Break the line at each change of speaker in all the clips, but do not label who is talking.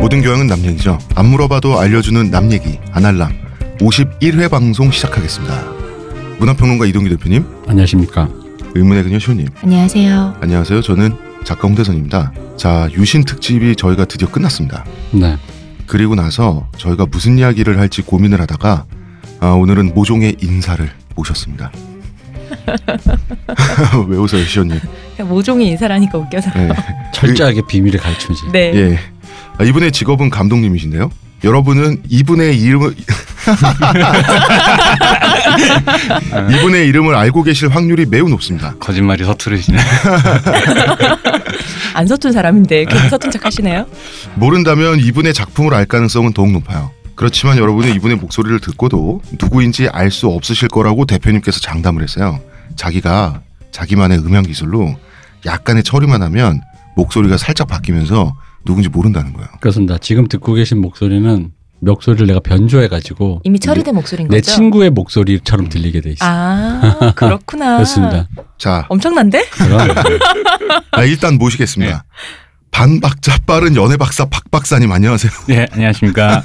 모든 교양은 남 얘기죠. 안 물어봐도 알려주는 남 얘기 아날람 51회 방송 시작하겠습니다. 문화평론가 이동기 대표님,
안녕하십니까.
의문의 그녀 시호님,
안녕하세요.
안녕하세요. 저는 작가 홍대선입니다. 자, 유신 특집이 저희가 드디어 끝났습니다.
네.
그리고 나서 저희가 무슨 이야기를 할지 고민을 하다가 아, 오늘은 모종의 인사를 모셨습니다. 왜 웃어요, 시호님?
모종의 인사라니까 웃겨서.
네.
철저하게 비밀을 가르치지.
네.
예. 아, 이분의 직업은 감독님이신데요. 여러분은 이분의 이름을 이분의 이름을 알고 계실 확률이 매우 높습니다.
거짓말이 서투르시네.
안 서툰 사람인데 괜히 서툰 척 하시네요.
모른다면 이분의 작품을 알 가능성은 더욱 높아요. 그렇지만 여러분은 이분의 목소리를 듣고도 누구인지 알 수 없으실 거라고 대표님께서 장담을 했어요. 자기가 자기만의 음향 기술로 약간의 처리만 하면 목소리가 살짝 바뀌면서 누군지 모른다는 거예요.
그렇습니다. 지금 듣고 계신 목소리는 목소리를 내가 변조해가지고
이미
네.
처리된 목소리인
내, 내
거죠?
친구의 목소리처럼 들리게 돼 있어. 요
아 그렇구나.
그렇습니다.
자,
엄청난데?
음.
그럼
아, 일단 모시겠습니다.
네.
반박자 빠른 연애 박사 박 박사님 안녕하세요.
네, 안녕하십니까.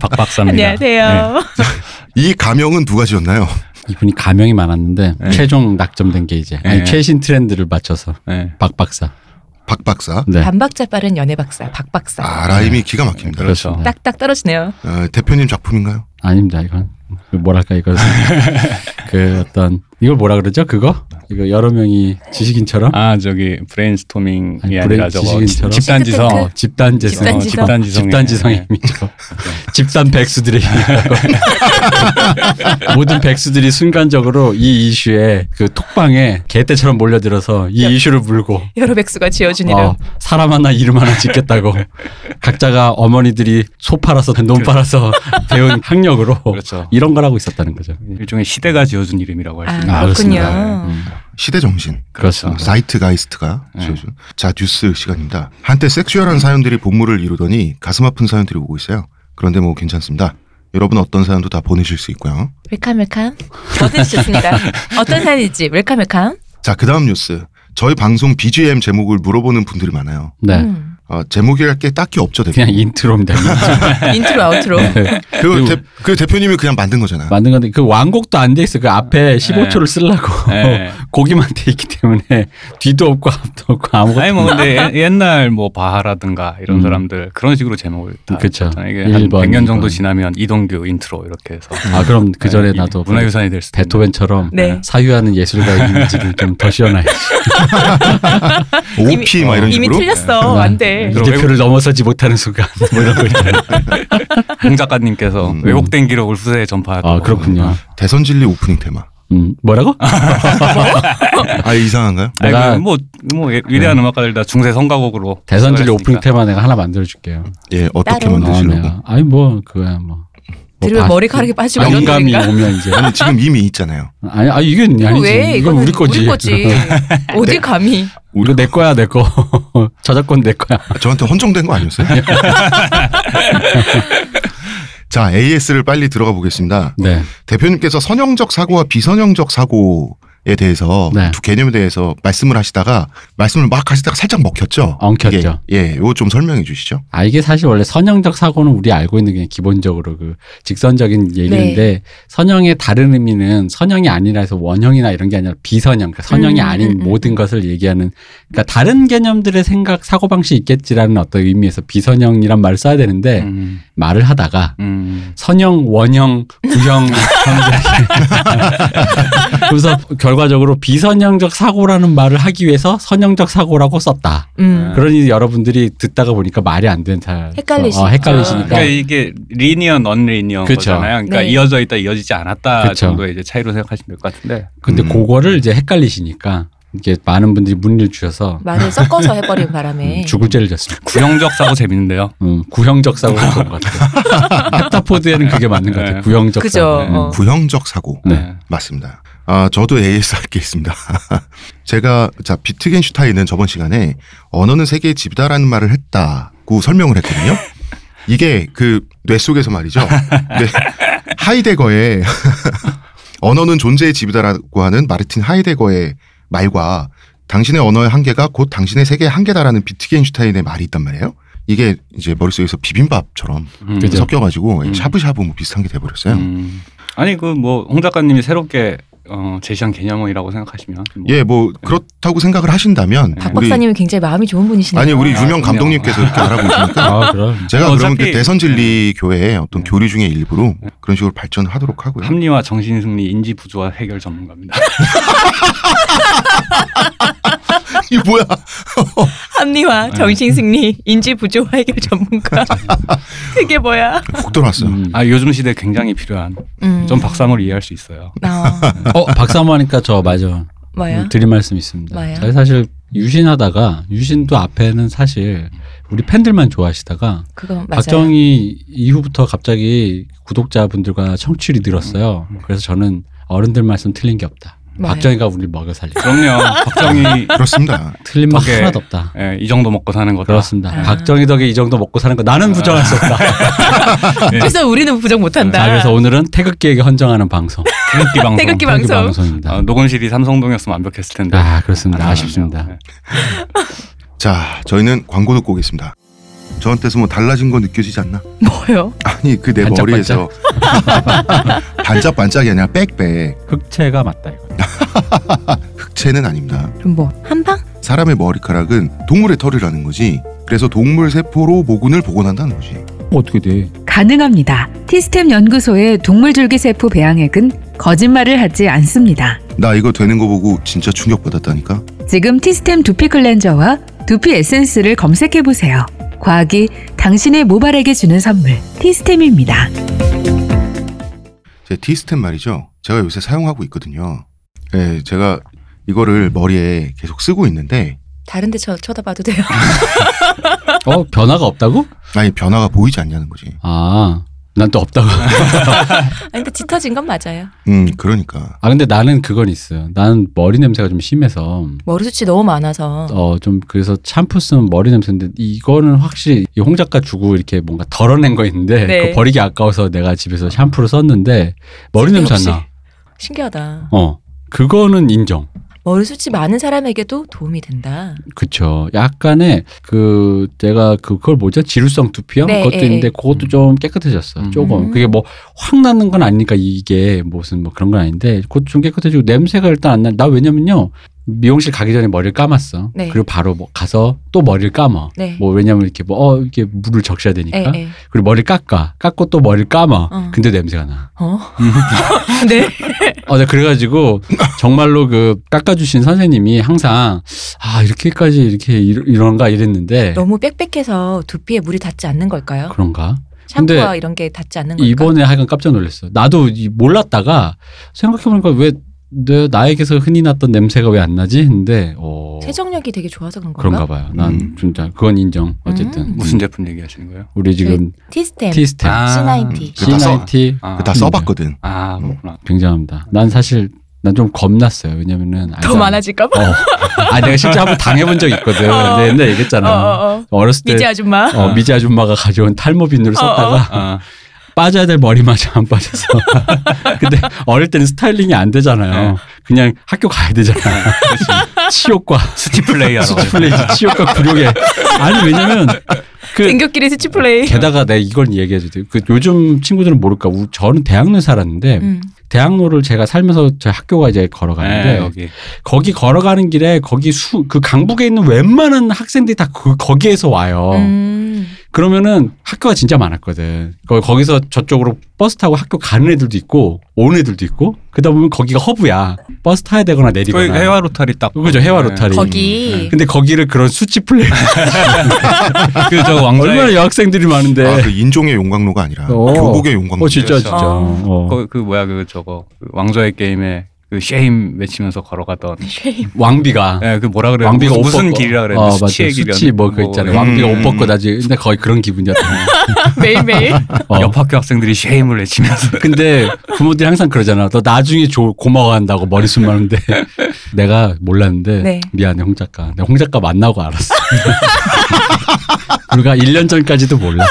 박박사입니다.
네, 안녕하세요.
이 가명은 누가 지었나요?
이분이 가명이 많았는데
네.
최종 낙점된 게 이제 아니,
네.
최신 트렌드를 맞춰서
네. 네.
박 박사.
박 박사.
네.
반박자 빠른 연애 박사 박 박사.
아 라임이 기가 막힙니다.
그렇죠. 네.
딱딱 떨어지네요.
어, 대표님 작품인가요?
아닙니다. 이건 그 뭐랄까 이거 그 어떤 이걸 뭐라 그러죠? 그거 이거 여러 명이 지식인처럼
아, 저기 브레인스토밍이 아니,
아니,
라
브레인
저거
지식인처럼?
집단지성.
그-
어, 집단지성,
집단지성.
집단지성의- 예.
집단지성의 힘이죠. 집단 백수들의 힘이라고. 모든 백수들이 순간적으로 이 이슈에 그 톡방에 개떼처럼 몰려들어서 이
야.
이슈를 물고
여러 백수가 지어준 이름.
어, 사람 하나 이름 하나 짓겠다고 각자가 어머니들이 소 팔아서 논 팔아서 배운 학력으로
그렇죠.
이런 걸 하고 있었다는 거죠.
일종의 시대가 지어준 이름이라고 할 수
아,
있는
아,
그렇군요.
그렇습니다. 음,
시대 정신.
그렇습니다.
사이트가이스트가
네.
지어준. 자 뉴스 시간입니다. 한때 섹슈얼한 사연들이 본물을 이루더니 가슴 아픈 사연들이 오고 있어요. 그런데 뭐 괜찮습니다. 여러분 어떤 사연도 다 보내실 수 있고요.
웰컴 웰컴. 뭐든지 좋습니다. 어떤 사연일지 웰컴 웰컴.
자 그다음 뉴스. 저희 방송 BGM 제목을 물어보는 분들이 많아요.
네.
음.
어, 제목이랄 게 딱히 없죠, 대표.
그냥 인트로입니다.
인트로 아웃트로.
네.
그, 대, 그 대표님이 그냥 만든 거잖아.
만든 건데 그 완곡도 안 돼 있어. 그 앞에 15초를 쓰려고
네.
고기만 돼 있기 때문에 뒤도 없고 앞도 없고 아무것도
아니 뭐 근데 예- 옛날 뭐 바하라든가 이런
음.
사람들 그런 식으로 제목을 다
그쵸.
했잖아요. 이게 한
일본,
100년 정도
일본.
지나면 이동규 인트로 이렇게 해서
아 그럼 그 전에
네,
나도
문화유산이 될 수도 있는.
베토벤처럼
네.
사유하는 예술가의 이미지를 좀 더 시원하게
OP 뭐 막 이런
이미
식으로.
틀렸어. 안 돼.
네.
이 대표를 넘어서지 못하는 순간 뭐 이런 거 있잖아요.
홍 작가님께서
음.
왜곡된 기록을 후세에 전파하고
아 그렇군요.
대선 진리 오프닝 테마.
음 뭐라고?
아 이상한가요?
내가-
내가 뭐뭐 예, 위대한 음악가들 다 중세 성가곡으로
네. 대선진리
시작을
오프닝
했으니까.
테마 내가 하나 만들어 줄게요.
예, 어떻게
따로.
아,
만드시려고?
내가 아니 뭐 그거야 뭐. 뭐
들으면
다-
머리카락이 빠지고 이런
영감이
소리인가?
오면 이제
네, 아니 지금 이미 있잖아요.
아니 아 이건
이거
아니지.
왜?
이건
이거는
우리 거지.
우리 거지. 어디 감히?
이거 내 거야 내 거. 저작권 내 거야.
아, 저한테 헌정된 거 아니었어요? 자, AS를 빨리 들어가 보겠습니다.
네.
대표님께서 선형적 사고와 비선형적 사고에 대해서
네.
두 개념에 대해서 말씀을 하시다가 말씀을 막 하시다가 살짝 먹혔죠.
엉켰죠.
이게, 예, 요거 좀 설명해 주시죠.
아 이게 사실 원래 선형적 사고는 우리 알고 있는 그냥 기본적으로 그 직선적인 네. 얘기인데 선형의 다른 의미는 선형이 아니라 해서 원형이나 이런 게 아니라 비선형 그러니까 선형이
음,
아닌
음, 음.
모든 것을 얘기하는 그러니까 다른 개념들의 생각 사고 방식 이 있겠지라는 어떤 의미에서 비선형이란 말을 써야 되는데
음.
말을 하다가
음.
선형, 원형, 구형, 형제. 그래서 결과적으로 비선형적 사고라는 말을 하기 위해서 선형적 사고라고 썼다.
음.
그러니 여러분들이 듣다가 보니까 말이 안 되는 다
헷갈리시죠.
어, 헷갈리시니까.
그러니까 이게 리니어 넌리니어
그쵸.
거잖아요. 그러니까
네.
이어져 있다 이어지지 않았다
그쵸.
정도의 이제 차이로 생각하시면 될 것 같은데
근데
음.
그거를 이제 헷갈리시니까 이게 많은 분들이 문의를 주셔서
말을 섞어서 해버린 바람에
음, 죽을 죄를 졌습니다.
구형적 사고 재밌는데요.
음, 구형적 사고가 좋은 것 같아요. 헵타포드에는 그게 맞는 것 같아요.
네.
구형적
그죠.
사고. 음.
어.
구형적 사고.
네.
맞습니다. 아, 저도 AS 할 게 있습니다. 제가, 자, 비트겐슈타인은 저번 시간에 언어는 세계의 집이다라는 말을 했다고 설명을 했거든요. 이게 그 뇌 속에서 말이죠. 네, 하이데거의 언어는 존재의 집이다라고 하는 마르틴 하이데거의 말과 당신의 언어의 한계가 곧 당신의 세계의 한계다라는 비트겐슈타인의 말이 있단 말이에요. 이게 이제 머릿속에서 비빔밥처럼
음.
그죠.
섞여가지고
음.
샤브샤브 뭐 비슷한 게 돼버렸어요.
음. 아니 그 뭐 홍 작가님이 새롭게 어, 제시한 개념이라고 생각하시면 뭐
예, 뭐 그렇다고 생각을 하신다면
박
우리
박사님이 굉장히 마음이 좋은 분이시네요.
아니 우리
아,
유명
그냥.
감독님께서 이렇게 알아보시니까
아, 그럼.
제가 그러면 그
어차피-
대선진리 교회의 어떤
네.
교리 중의 일부로 그런 식으로 발전하도록 하고요.
음. 합리화 정신승리 인지 부조화 해결 전문가입니다.
이 뭐야?
합리화, 정신승리, 인지 부조화 해결 전문가. 그게 뭐야?
훅 들어왔어요.
음.
아 요즘 시대 에 굉장히 필요한
음.
전 박사물 이해할 수 있어요.
아,
어, 박사모하니까 저 맞아.
뭐야?
음, 드릴 말씀 있습니다.
뭐야?
저희 사실 유신하다가 유신도 앞에는 사실 우리 팬들만 좋아하시다가
그거 맞아요.
박정희 이후부터 갑자기 구독자분들과 청취율이 늘었어요. 그래서 저는 어른들 말씀 틀린 게 없다.
뭐예요?
박정희가 우리 먹여 살리.
그럼요. 박정희
그렇습니다.
틀린 말
덕에-
하나도 없다.
예, 이 정도 먹고 사는 거다.
그렇습니다.
아.
박정희 덕에 이 정도 먹고 사는 거 나는 부정할 수 없다.
그래서 우리는 부정 못한다.
자, 그래서 네, 오늘은 태극기에게 헌정하는 방송.
태극기 방송.
태극기 방-
태극기
방송.
방송입니다.
아, 녹음실이 삼성동이었으면 완벽했을 텐데.
아, 그렇습니다. 아쉽습니다.
네.
자, 저희는 광고 듣고 오겠습니다. 저한테서 뭐 달라진 거 느껴지지 않나?
뭐요?
아니 그 내
반짝반짝?
머리에서 반짝반짝이 아니라 빽빽
흑채가 맞다 이거.
흑채는 아닙니다.
그럼 뭐 한방?
사람의 머리카락은 동물의 털이라는 거지. 그래서 동물 세포로 모근을 복원한다는 거지.
어떻게 돼?
가능합니다. 티스템 연구소의 동물줄기세포 배양액은 거짓말을 하지 않습니다.
나 이거 되는 거 보고 진짜 충격받았다니까.
지금 티스템 두피 클렌저와 두피 에센스를 검색해 보세요. 과학이 당신의 모발에게 주는 선물, 티스템입니다.
제 디스템 말이죠. 제가 요새 사용하고 있거든요. 예, 제가 이거를 머리에 계속 쓰고 있는데
다른데 쳐, 쳐다봐도 돼요.
어, 변화가 없다고?
아니 변화가 보이지 않냐는 거지.
아, 난 또 없다고.
아니 근데 짙어진 건 맞아요.
음, 그러니까.
아, 근데 나는 그건 있어요. 나는 머리 냄새가 좀 심해서
머리숱이 너무 많아서
어 좀 그래서 샴푸 쓰면 머리 냄새인데 이거는 확실히 이 홍 작가 주고 이렇게 뭔가 덜어낸 거 있는데
네.
그거 버리기 아까워서 내가 집에서 샴푸를 썼는데 머리 냄새 안 나.
쓸데없이. 신기하다.
어. 그거는 인정.
머리숱이 많은 사람에게도 도움이 된다.
그쵸. 약간의 그 내가 그- 그걸 뭐죠? 지루성 두피염
네,
그것도
예,
있는데
예.
그것도 좀 깨끗해졌어.
음.
조금
음.
그게 뭐 확 나는 건 아니니까 이게 무슨 뭐 그런 건 아닌데 그것 좀 깨끗해지고 냄새가 일단 안 나. 나 왜냐면요 미용실 가기 전에 머리를 감았어.
네.
그리고 바로 뭐 가서 또 머리를 감아.
네.
뭐 왜냐면 이렇게 뭐어 이게 물을 적셔야 되니까.
예, 예.
그리고 머리 깎아. 깎고 또 머리를 감아.
어.
근데 냄새가 나.
어? 네.
어, 네, 그래가지고 정말로 그 깎아주신 선생님이 항상 아 이렇게까지 이렇게 이러- 이런가 이랬는데
너무 빽빽해서 두피에 물이 닿지 않는 걸까요?
그런가? 근데
샴푸와 이런 게 닿지 않는 걸까?
이번에 하여간 깜짝 놀랐어. 나도 이- 몰랐다가 생각해보니까 왜 내 나에게서 흔히 났던 냄새가 왜 안 나지? 했는데 어,
세정력이 되게 좋아서 그런 건가?
그런가 봐요. 난
음.
진짜 그건 인정. 어쨌든
음. 네.
무슨 제품 얘기하시는 거예요?
우리 지금
티스템.
티스템
아,
C90.
그거 다 써.
C90
아,
그거 다 써봤거든.
아
음.
그렇구나.
굉장합니다. 난 사실 난 좀 겁났어요. 왜냐면은
더
알잖아.
많아질까 봐.
그렇죠. 어. 아 내가 실제 한번 당해본 적 있거든.
어.
근데 옛날에 얘기했잖아.
어, 어, 어.
어렸을 때
미지 아줌마. 어,
어, 미지 아줌마가 가져온 탈모 비누를 썼다가
아,
빠져야 될 머리마저 안 빠져서. 근데 어릴 때는 스타일링이 안 되잖아요.
네.
그냥 학교 가야
네,
되잖아요. 치욕과
스티 플레이하러.
플레이지 치욕과 굴욕에. 아니 왜냐면 그
댕겨끼리 스치 플레이.
게다가 내가 이걸 얘기해 줄게. 그 요즘 친구들은 모를까. 우- 저는 대학로에 살았는데
음.
대학로를 제가 살면서 저 학교가 이제 걸어가는데
네, 여기.
거기 걸어가는 길에 거기 수 그 강북에 있는 웬만한 학생들이 다 그, 거기에서 와요.
음.
그러면은 학교가 진짜 많았거든. 거- 거기서 저쪽으로 버스 타고 학교 가는 애들도 있고 오는 애들도 있고 그러다 보면 거기가 허브야. 버스 타야 되거나
저희
내리거나.
해와 네. 로타리 딱.
네. 그죠 해와 로타리.
거기
근데 거기를 그런 수치 플레이
그저 왕자의
얼마나 여학생들이 많은데.
아, 그 인종의 용광로가 아니라
네. 어.
교복의 용광로.
어 진짜
그렇죠.
진짜. 어.
그, 그 뭐야 그 저거 그 왕좌의 게임에 그 쉐임 외치면서 걸어가던
왕비가.
예, 그 뭐라 그래요?
왕비가 옷
무슨, 무슨
벗고.
길이라 그래요?
어, 맞아.
수치의 길이라.
수치 뭐 그 있잖아요.
뭐,
왕비가
음.
옷 벗고 나지. 근데 거의 그런 기분이었던.
매일매일.
어.
옆 학교 학생들이 쉐임을 외치면서
근데 부모들이 항상 그러잖아. 너 나중에 조- 고마워한다고 머리숱 많은데 내가 몰랐는데
네.
미안해 홍 작가. 내가 홍 작가 만나고 알았어. 우리가 1년 전까지도 몰랐어.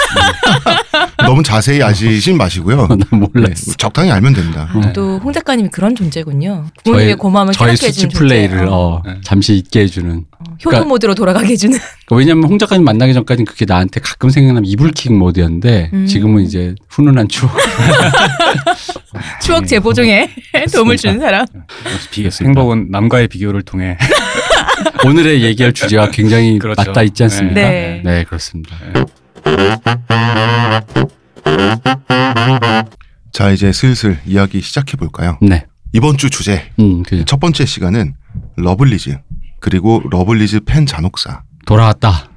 너무 자세히 아시진 마시고요.
나 몰랐어.
네, 적당히 알면 됩니다.
네.
아, 또 홍 작가님이 그런 존재군요. 부모님의 네. 고마움을
저의
깨닫게
수치
해주는
플레이를 그러니까
존재. 어,
어,
네.
잠시 잊게 해주는.
어, 효도 모드로 돌아가게 해주는.
그러니까 왜냐하면 홍 작가님 만나기 전까지는 그게 나한테 가끔 생각나면 이불킥 모드였는데
음.
지금은 이제 훈훈한 추억.
추억 재보정에 도움을 주는 사람.
비겠습니다.
행복은 남과의 비교를 통해
오늘의 얘기할 주제와 굉장히
그렇죠.
맞닿아 있지 않습니까?
네.
네, 그렇습니다.
자, 이제 슬슬 이야기 시작해 볼까요?
네.
이번 주 주제
음, 그
첫 번째 시간은 러블리즈 그리고 러블리즈 팬 잔혹사
돌아왔다.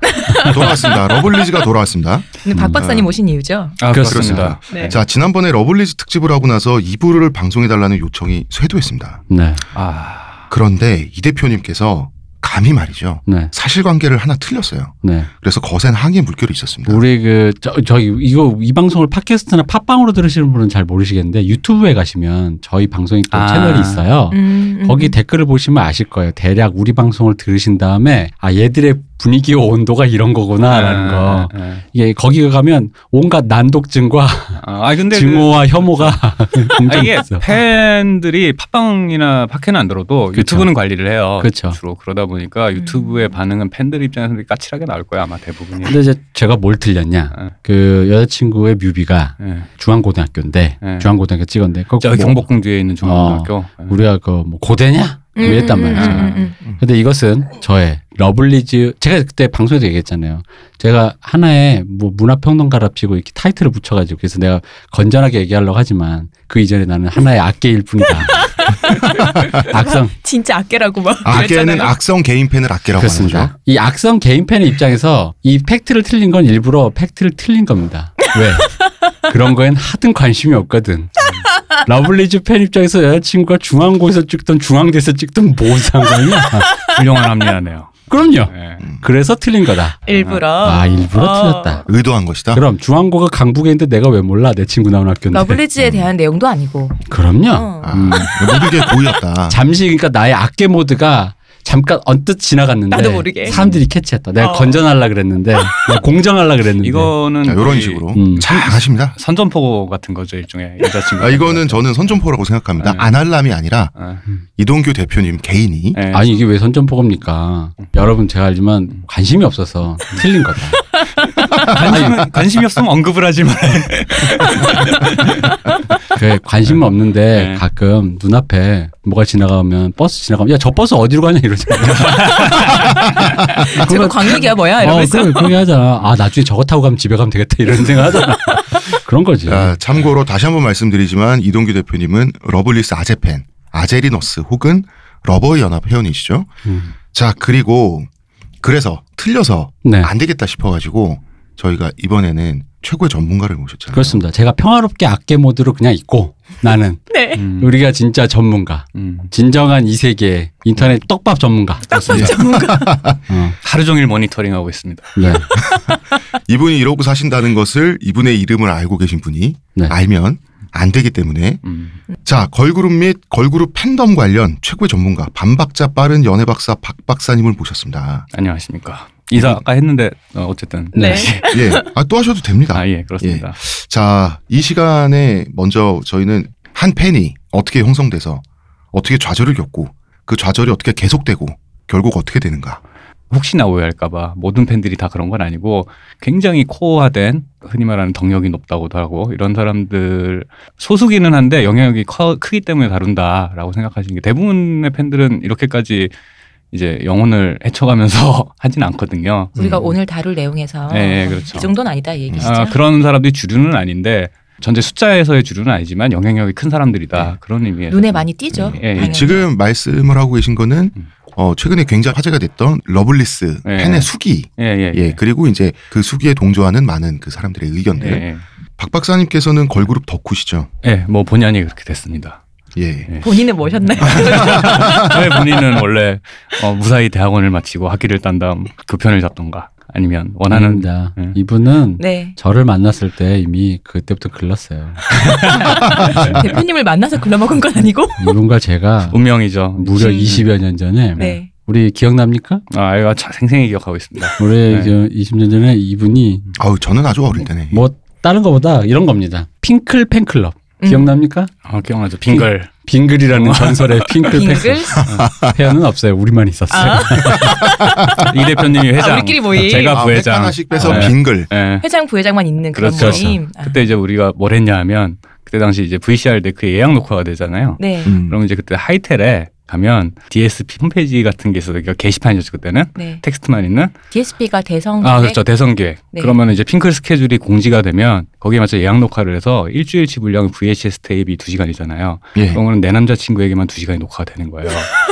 돌아왔습니다. 러블리즈가 돌아왔습니다.
근데 박
음.
박사님 오신 이유죠.
아,
그렇습니다.
네.
자, 지난번에 러블리즈 특집을 하고 나서 2부를 방송해 달라는 요청이 쇄도했습니다.
네.
아,
그런데 이 대표님께서 감히 말이죠.
네.
사실관계를 하나 틀렸어요.
네.
그래서 거센 항의 물결이 있었습니다.
우리 그 저, 저기 이거 이 방송을 팟캐스트나 팟빵으로 들으시는 분은 잘 모르시겠는데 유튜브에 가시면 저희 방송이 또
아.
채널이 있어요.
음, 음.
거기 댓글을 보시면 아실 거예요. 대략 우리 방송을 들으신 다음에 아 얘들의 분위기와 온도가 이런 거구나라는 거.
아, 아,
예, 거기 가면 온갖 난독증과
아, 아, 근데 그,
증오와 혐오가
아, 이게
공존했어.
팬들이 팟빵이나 팟캐는 안 들어도
그쵸.
유튜브는 관리를 해요.
그쵸.
주로 그러다 보니까 유튜브의 반응은 팬들 입장에서 까칠하게 나올 거야 아마 대부분이.
근데 이제 제가 뭘 틀렸냐?
네.
그 여자친구의 뮤비가
예.
중앙고등학교인데
네.
중앙고등학교 찍었는데 그거
저기
뭐
경복궁주에 있는 중학교. 예.
우리가 그 뭐 고대냐?
음,
이랬단
음, 음,
말이죠.
음, 음.
근데 이것은 저의 러블리즈 제가 그때 방송에서 얘기했잖아요. 제가 하나의 뭐 문화평론가랍시고 이렇게 타이틀을 붙여가지고 그래서 내가 건전하게 얘기하려고 하지만 그 이전에 나는 하나의 악계일 뿐이다. 악성
진짜 아깨라고 막.
악계는
그랬잖아요.
악성 개인 팬을 악계라고 하는 거죠.
그렇습니다. 이 악성 개인 팬의 입장에서 이 팩트를 틀린 건 일부러 팩트를 틀린 겁니다. 왜? 그런 거엔 하등 관심이 없거든. 러블리즈 팬 입장에서 여자친구가 중앙고에서 찍든 중앙대에서 찍든 뭔 상관이야?
훌륭한 합리화네요.
그럼요.
예.
그래서 틀린 거다.
일부러.
아 일부러
어.
틀렸다.
의도한 것이다.
그럼 중앙고가 강북에 있는데 내가 왜 몰라? 내 친구 나온 학교인데.
러블리즈에 대한 내용도 아니고.
그럼요.
어.
아,
음.
모든 게 고의였다.
잠시 그러니까 나의 악계 모드가 잠깐 언뜻 지나갔는데
나도 모르게.
사람들이 캐치했다. 내가
어.
건전하려 그랬는데 내가 공정하려 그랬는데.
이거는
이런
거의
식으로
음.
잘 하십니다.
선전포고 같은 거죠 일종의 여자친구.
아, 이거는 저는 선전포라고 생각합니다.
네.
아날람이 아니라
아,
이동규 대표님 개인이
예.
아니 이게 왜 선전포고입니까? 여러분 제가 알지만 관심이 없어서 틀린 거다.
관심, 관심이 없으면 언급을 하지 말.
그 관심은 없는데
네.
가끔 눈앞에 뭐가 지나가면 버스 지나가면 야 저 버스 어디로 가냐 이러잖아.
제가 아, 광역이야 뭐야 이러면서.
어, 그래, 그게 하잖아. 아, 나중에 저거 타고 가면 집에 가면 되겠다. 이런 생각 하잖아. 그런 거지.
자,
네.
참고로 다시 한번 말씀드리지만 이동규 대표님은 러블리스 아제팬, 아제리너스 혹은 러버 연합 회원이시죠.
음.
자, 그리고 그래서 틀려서
네.
안 되겠다 싶어가지고 저희가 이번에는 최고의 전문가를 모셨잖아요.
그렇습니다. 제가 평화롭게 악계 모드로 그냥 있고 나는
네.
음,
우리가 진짜 전문가.
음.
진정한 이 세계의 인터넷 음. 떡밥 전문가.
그렇습니다.
어,
하루 종일 모니터링하고 있습니다.
네.
이분이 이러고 사신다는 것을 이분의 이름을 알고 계신 분이
네.
알면 안 되기 때문에
음.
자 걸그룹 및 걸그룹 팬덤 관련 최고의 전문가 반박자 빠른 연애 박사 박 박사님을 모셨습니다.
안녕하십니까. 이사 아까 했는데 어, 어쨌든
네.
예, 아, 또 하셔도 됩니다.
아 예 그렇습니다.
자, 이 시간에 먼저 저희는 한 팬이 어떻게 형성돼서 어떻게 좌절을 겪고 그 좌절이 어떻게 계속되고 결국 어떻게 되는가.
혹시나 오해할까봐 모든 팬들이 다 그런 건 아니고 굉장히 코어화된 흔히 말하는 덕력이 높다고도 하고 이런 사람들 소수기는 한데 영향력이 커, 크기 때문에 다룬다라고 생각하시는 게 대부분의 팬들은 이렇게까지 이제 영혼을 헤쳐가면서 하진 않거든요.
우리가
음.
오늘 다룰 내용에서
네, 네, 그렇죠.
이 정도는 아니다 이 얘기시죠.
아, 그런 사람들이 주류는 아닌데 전체 숫자에서의 주류는 아니지만 영향력이 큰 사람들이다 그런 의미에서
눈에 많이 띄죠.
예, 예.
당연히.
지금 말씀을 하고 계신 거는
음.
어, 최근에 굉장히 화제가 됐던 러블리스
예.
팬의 수기.
예예
예, 그리고 이제 그 수기에 동조하는 많은 그 사람들의 의견들.
예.
박 박사님께서는 걸그룹 덕후시죠.
예, 뭐 본연이 그렇게 됐습니다. 음.
예.
본인은 뭐셨나요?
저의 본인은 원래 어, 무사히 대학원을 마치고 학위를 딴 다음 그 교편을 잡던가 아니면 원하는
아닙니다.
예.
이분은
네.
저를 만났을 때 이미 그때부터 글렀어요.
대표님을 만나서 글러먹은 건 아니고.
이분과 제가
운명이죠.
무려 20여 년 전에
음. 네.
우리 기억납니까?
아, 아이가 자- 생생히 기억하고 있습니다.
우리
네.
저 20년 전에 이분이
아우, 저는 아주 어릴 때네.
뭐 다른 거보다 이런 겁니다. 핑클 팬클럽
음.
기억납니까?
아, 기억나죠. 빙글. 어.
빙글이라는 전설의 핑클
빙글?
팬클럽 회원은 없어요. 우리만 있었어요.
아,
이 대표님이 회장.
아, 우리끼리 모임.
제가
아, 팩
부회장.
하나씩 빼서
네.
빙글.
예.
회장 부회장만 있는 그런
그렇죠.
모임. 아,
그때 이제 우리가 뭘 했냐 하면 그때 당시 이제 VCR 데크 예약 녹화가 되잖아요.
네.
음.
그러면 이제 그때 하이텔에 가면 DSP 홈페이지 같은 게 있어서 그러니까 게시판이었죠 그때는
네.
텍스트만 있는
DSP가 대성.
아 그렇죠 대선 계획
음, 네.
그러면 이제 핑클 스케줄이 공지가 되면 거기에 맞춰 예약 녹화를 해서 일주일치 분량 VHS 테이프이 2 시간이잖아요.
예.
그러면 내 남자친구에게만 2 시간이 녹화가 되는 거예요.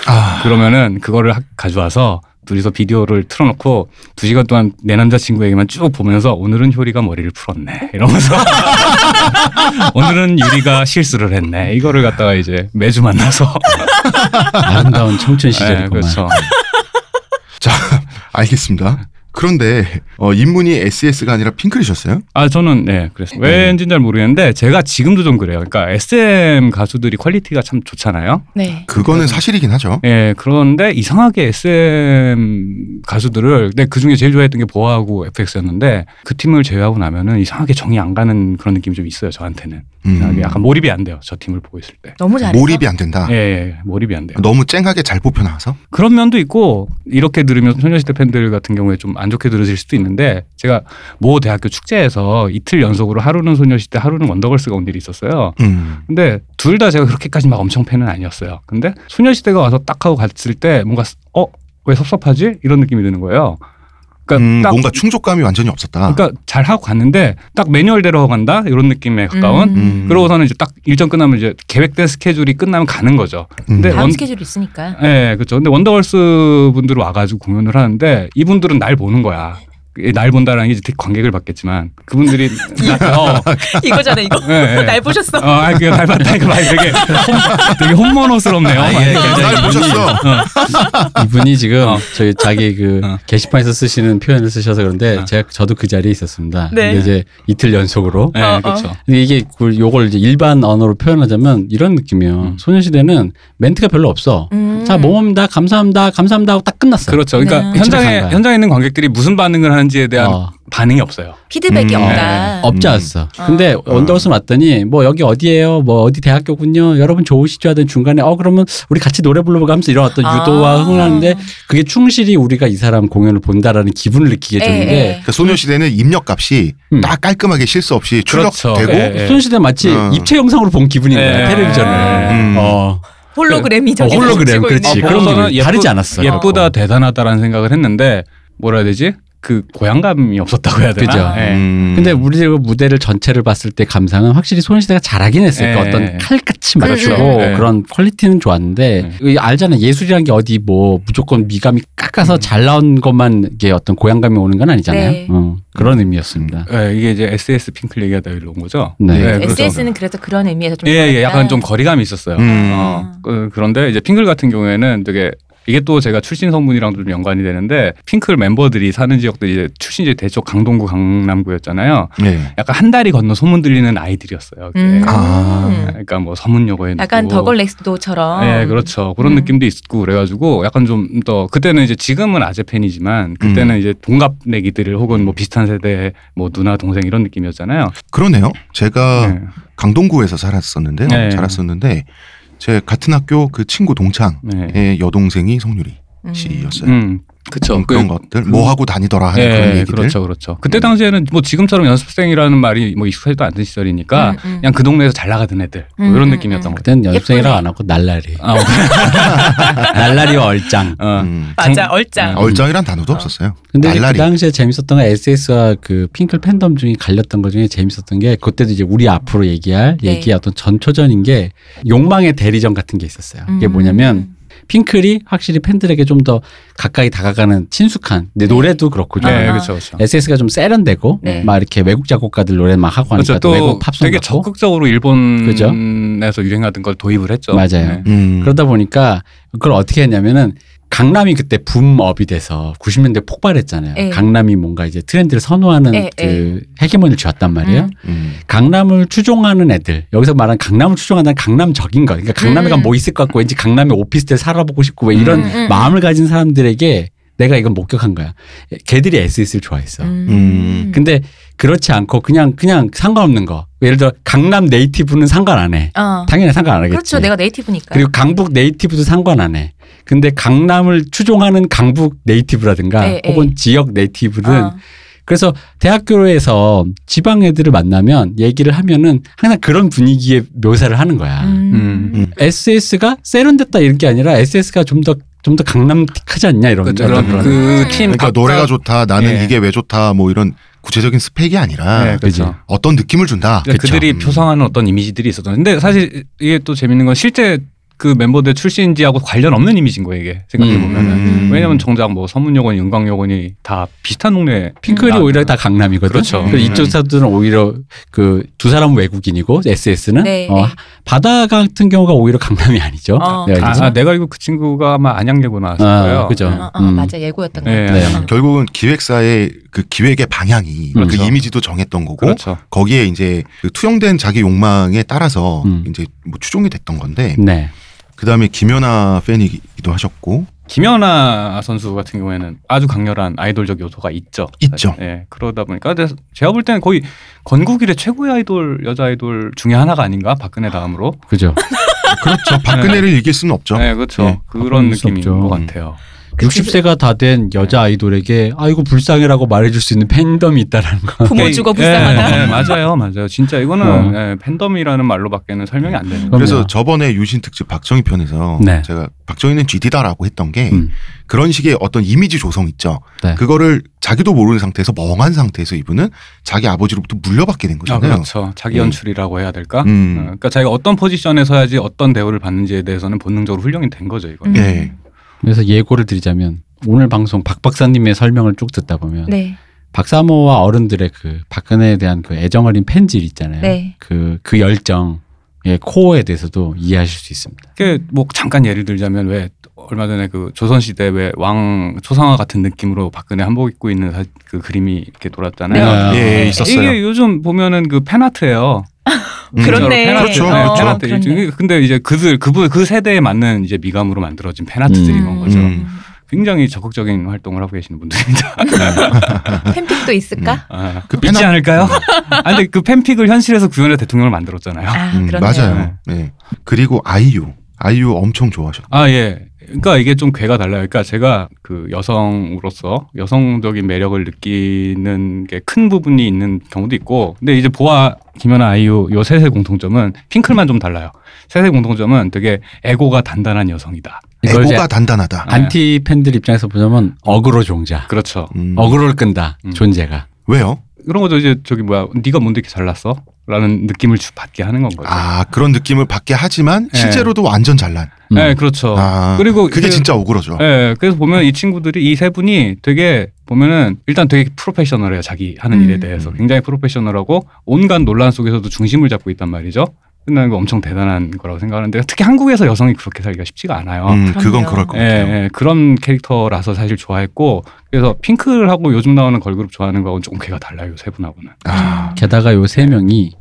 아,
그러면은 그거를 하- 가져와서 둘이서 비디오를 틀어놓고 두 시간 동안 내 남자친구에게만 쭉 보면서 오늘은 효리가 머리를 풀었네 이러면서 오늘은 유리가 실수를 했네 이거를 갖다가 이제 매주 만나서
아름다운 청춘
네,
시절이구만.
그렇죠.
알겠습니다. 그런데 어, 입문이 SS가 아니라 핑클이셨어요?
아 저는 네 그래서 왠지 잘 모르겠는데 제가 지금도 좀 그래요. 그러니까 SM 가수들이 퀄리티가 참 좋잖아요.
네.
음.
그거는 사실이긴 하죠.
예 그런데 이상하게 SM 가수들을 근데 그 중에 제일 좋아했던 게 보아하고 FX였는데 그 팀을 제외하고 나면은 이상하게 정이 안 가는 그런 느낌이 좀 있어요 저한테는.
음.
약간 몰입이 안 돼요. 저 팀을 보고 있을 때.
너무 잘해.
몰입이 안 된다.
예, 예, 몰입이 안 돼요.
너무 쨍하게 잘 뽑혀 나와서.
그런 면도 있고 이렇게 들으면 소녀시대 팬들 같은 경우에 좀 안 좋게 들으실 수도 있는데 제가 모 대학교 축제에서 이틀 연속으로 하루는 소녀시대, 하루는 원더걸스가 온 일이 있었어요.
음.
근데 둘 다 제가 그렇게까지 막 엄청 팬은 아니었어요. 근데 소녀시대가 와서 딱 하고 갔을 때 뭔가 어? 왜 섭섭하지? 이런 느낌이 드는 거예요. 그러니까
음,
딱
뭔가 충족감이 완전히 없었다.
그러니까 잘 하고 갔는데 딱 매뉴얼대로 하고 간다 이런 느낌에 가까운
음.
그러고서는 이제 딱 일정 끝나면 이제 계획된 스케줄이 끝나면 가는 거죠.
음.
근데
다음
원-
스케줄 있으니까.
예, 그렇죠. 근데 원더걸스 분들 와가지고 공연을 하는데 이분들은 날 보는 거야. 이날 본다라는 게 이제 관객을 받겠지만 그분들이 나, 어,
이거잖아 이거.
예, 예.
날 보셨어.
어, 아, 그날 봤다 이거 말 되게 홈, 되게 홈모노스럽네요. 아, 음.
날 보셨어.
이분이 지금
어.
저희 자기 그
어.
게시판에서 쓰시는 표현을 쓰셔서 그런데
어.
제가 저도 그 자리에 있었습니다.
네.
근데 이제 이틀 연속으로.
예,
어, 어.
그렇죠.
근데 이게 그- 요걸 이제 일반 언어로 표현하자면 이런 느낌이에요.
음.
소녀시대는 멘트가 별로 없어.
음.
자, 모모입니다. 감사합니다. 감사합니다 하고 딱 끝났어요.
그렇죠. 아. 그러니까
네.
집에
현장에
간 거야.
현장에 있는 관객들이 무슨 반응을 하는지에 대한
어.
반응이 없어요.
피드백이
음,
없다.
없지
음.
않았어. 근데
아.
원더걸스 왔더니 뭐 여기 어디예요? 뭐 어디 대학교군요. 여러분 좋으시죠? 하던 중간에 어 그러면 우리 같이 노래 불러볼까 하면서 이런 어떤
아.
유도와 흥하는데 그게 충실히 우리가 이 사람 공연을 본다라는 기분을 느끼게
예,
해주는 게
예.
그러니까 소녀시대는 입력값이
음.
딱 깔끔하게 실수 없이
그렇죠.
출력되고
예, 예.
소녀시대 마치
어.
입체 영상으로 본 기분인
예.
거야 텔레비전을.
음.
어.
홀로그램이
어,
저기
홀로그램
찍고 있는.
그렇지.
어,
그런
보고서는
기분
예쁘-
다르지 않았어요.
예쁘다
어.
대단하다라는 생각을 했는데 뭐라 해야 되지? 그 고향감이 없었다고 해야 되나?
그죠.
예.
음.
근데 우리 그 무대를 전체를 봤을 때 감상은 확실히 소녀시대가 잘하긴 했어요.
예.
그 어떤 칼같이
그렇죠.
맞추고
예.
그런 퀄리티는 좋았는데
예.
이 알잖아 예술이란 게 어디 뭐 무조건 미감이
음.
깎아서 잘 나온 것만 이게 어떤 고향감이 오는 건 아니잖아요.
네.
어, 그런 의미였습니다.
예, 이게 이제 SS 핑클 얘기하다 여기로 온 거죠.
네.
그렇죠.
SS는 그래서 그런 의미에서 좀.
예, 예, 약간
그렇다.
좀 거리감이 있었어요.
음.
아.
어, 그- 그런데 이제 핑클 같은 경우에는 되게 이게 또 제가 출신 성분이랑도 좀 연관이 되는데 핑클 멤버들이 사는 지역들이 이제 출신지 대쪽 강동구 강남구였잖아요.
예.
약간 한 다리 건너 소문 들리는 아이들이었어요. 그게.
음.
아.
그러니까 뭐 서문여고에
약간
누구고.
더걸렉스도처럼.
예, 그렇죠. 그런
음.
느낌도 있고 그래가지고 약간 좀 더 그때는 이제 지금은 아재 팬이지만 그때는
음.
이제 동갑내기들 혹은 뭐 비슷한 세대 뭐 누나 동생 이런 느낌이었잖아요.
그러네요. 제가
네.
강동구에서 살았었는데
네.
자랐었는데 제 같은 학교 그 친구 동창의
네.
여동생이 성유리
음.
씨였어요.
음, 그쵸.
음, 그런 것들 뭐 하고 다니더라 하는
예,
그런 얘기들.
그렇죠, 그렇죠. 그때 당시에는 뭐 지금처럼 연습생이라는 말이 뭐 익숙하지도 않던 시절이니까
음, 음.
그냥 그 동네에서 잘 나가던 애들 뭐
음,
이런
음,
느낌이었던 거죠.
음.
그때는 연습생이라
예쁘네.
안 하고 날라리,
아, 어,
아.
날라리와 얼짱.
어.
음.
맞아
장-
얼짱.
어.
얼짱이란 단어도 없었어요.
근데 이제 그
날라리.
당시에 재밌었던 건 SS와 그 핑클 팬덤 중에 갈렸던 것 중에 재밌었던 게 그때도 이제 우리 앞으로 얘기할
네.
얘기의 어떤 전초전인 게 욕망의 대리전 같은 게 있었어요. 이게
음.
뭐냐면 핑클이 확실히 팬들에게 좀 더 가까이 다가가는 친숙한
네.
근데 노래도 그렇고 좀
네,
아.
그렇죠, 그렇죠.
SS가 좀 세련되고
네.
막 이렇게 외국 작곡가들 노래 막 하고 하니까
그렇죠.
아, 또
또
외국 팝송
되게
같고
적극적으로
그죠?
일본에서 유행하던 걸 도입을 했죠. 네.
맞아요.
음.
그러다 보니까 그걸 어떻게 했냐면은 강남이 그때 붐업이 돼서 90년대 폭발했잖아요.
예.
강남이 뭔가 이제 트렌드를 선호하는
예,
그 헤게몬을 쥐었단 말이에요.
음.
음.
강남을 추종하는 애들 여기서 말하는 강남을 추종한다는 강남적인 거 그러니까 강남에
음.
가면 뭐 있을 것 같고 왠지 강남에 오피스텔 살아보고 싶고 왜 이런
음, 음.
마음을 가진 사람들에게 내가 이건 목격한 거야 걔들이 SS를 좋아했어
음.
음.
근데 그렇지 않고 그냥 그냥 상관없는 거. 예를 들어 강남 네이티브는 상관 안 해.
어.
당연히 상관 안 하겠지.
그렇죠. 내가 네이티브니까.
그리고 강북 네이티브도 상관 안 해. 근데 강남을 추종하는 강북 네이티브라든가
에, 에.
혹은 지역 네이티브는
어.
그래서 대학교에서 지방 애들을 만나면 얘기를 하면은 항상 그런 분위기의 묘사를 하는 거야.
음.
음.
SS가 세련됐다 이런 게 아니라 SS가 좀 더 좀 더 강남틱하지 않냐 이런
그, 그런
이런 그런.
음.
그팀
그러니까 노래가 좋다, 나는
예.
이게 왜 좋다, 뭐 이런 구체적인 스펙이 아니라
네,
그치.
그렇죠.
어떤 느낌을 준다.
그들이
음.
표상하는 어떤 이미지들이 있었던. 근데 사실 이게 또 재밌는 건 실제 그 멤버들 출신지하고 관련 없는 이미지인 거예요 이게 생각해 보면은.
음.
왜냐면 정작 뭐 서문여건, 연광여건이 다 비슷한 동네.
핑클이
나-
음.
오히려 다 강남이거든.
아, 그렇죠.
그래서
음.
이쪽 사람들은 오히려 그 두 사람은 외국인이고 SS는
네,
어,
네.
바다 같은 경우가 오히려 강남이 아니죠.
어.
내가
아,
알기로는.
아, 내가 알고 그 친구가 아마 안양예고 나왔을 거예요.
네, 아, 그죠.
어, 어,
음.
맞아 예고였던 거
네.
같아요. 어.
결국은 기획사의 그 기획의 방향이 그
그렇죠.
이미지도 정했던 거고
그렇죠.
거기에 이제 그 투영된 자기 욕망에 따라서
음.
이제 뭐 추종이 됐던 건데
네.
그다음에 김연아 팬이기도 하셨고
김연아 선수 같은 경우에는 아주 강렬한 아이돌적 요소가 있죠.
있죠.
예, 그러다 보니까 근데 제가 볼 때는 거의 건국 이래 최고의 아이돌 여자 아이돌 중에 하나가 아닌가 박근혜 다음으로.
그죠.
그렇죠. 박근혜를 이길 수는 없죠.
네, 그렇죠.
네,
그런
바꿀 수
느낌인
없죠. 음.
것 같아요.
그
60세가 다 된 여자 아이돌에게 아이고 불쌍해라고 말해줄 수 있는 팬덤이 있다라는 거.
그 부모 뭐 주고 불쌍하다.
예, 예, 맞아요, 맞아요. 진짜
음.
이거는 예, 팬덤이라는 말로밖에는 설명이 안 되는.
그럼요.
거예요.
그래서 저번에 유신 특집 박정희 편에서
네.
제가 박정희는 GD다라고 했던 게
음.
그런 식의 어떤 이미지 조성 있죠.
네.
그거를 자기도 모르는 상태에서 멍한 상태에서 이분은 자기 아버지로부터 물려받게 된
아,
거잖아요.
그렇죠. 자기
음.
연출이라고 해야 될까?
음.
어, 그러니까 자기가 어떤 포지션에 서야지 어떤 대우를 받는지에 대해서는 본능적으로 훈련이 된 거죠, 이거.
음.
예.
그래서 예고를 드리자면 오늘 방송 박 박사님의 설명을 쭉 듣다 보면
네.
박사모와 어른들의 그 박근혜에 대한 그 애정어린 팬질 있잖아요.
네.
그, 그 열정의 코어에 대해서도 이해하실 수 있습니다.
이게 뭐 잠깐 예를 들자면 왜 얼마 전에 그 조선 시대 왜 왕 초상화 같은 느낌으로 박근혜 한복 입고 있는 사- 그 그림이 이렇게 돌았잖아요.
네.
예,
네.
있었어요.
이게 요즘 보면은 그 팬아트예요.
음.
그렇네.
팬아트.
그렇죠.
네,
어,
팬아트.
그렇네.
근데 이제 그들 그분 그 세대에 맞는 이제 미감으로 만들어진 팬아트들인
음.
건 거죠.
음.
굉장히 적극적인 활동을 하고 계시는 분들입니다.
팬픽도 있을까?
아,
그
있지
팬아-
않을까요? 아, 근데 그 팬픽을 현실에서 구현해 대통령을 만들었잖아요.
아
음,
그렇네요.
맞아요. 네. 그리고 아이유. 아이유 엄청 좋아하셨.
아, 예. 그러니까 이게 좀 괴가 달라요. 그러니까 제가 그 여성으로서 여성적인 매력을 느끼는 게 큰 부분이 있는 경우도 있고, 근데 이제 보아, 김연아, 아이유 요 셋의 공통점은 핑클만 좀 달라요. 셋의 공통점은 되게 에고가 단단한 여성이다.
이걸 이제 아.
에고가 단단하다.
안티 팬들 입장에서 보자면 어그로 종자.
그렇죠.
음.
어그로를 끈다.
음.
존재가.
왜요?
그런 거죠. 이제 저기 뭐야, 네가 뭔데 이렇게 잘났어? 라는 느낌을 주- 받게 하는 건 거죠.
아 그런 느낌을 받게 하지만
예.
실제로도 완전 잘난.
음.
네, 그렇죠.
아,
그리고
그게
이제-
진짜 억울하죠.
그러니까.
예, 그래서 보면 이 친구들이 이 세 분이 되게 보면은 일단 되게 프로페셔널해요. 자기 하는
음.
일에 대해서 굉장히 프로페셔널하고 온갖 논란 속에서도 중심을 잡고 있단 말이죠. 근데 이거 엄청 대단한 거라고 생각하는데 특히 한국에서 여성이 그렇게 살기가 쉽지가 않아요.
음, 그건
그럼요.
그럴 것
예,
같아요.
예,
그렇죠.
그런 캐릭터라서 사실 좋아했고 그래서 핑클하고 요즘 나오는 걸그룹 좋아하는 거하고는 조금 걔가 달라요 세 분하고는
아,
게다가 요 세 명이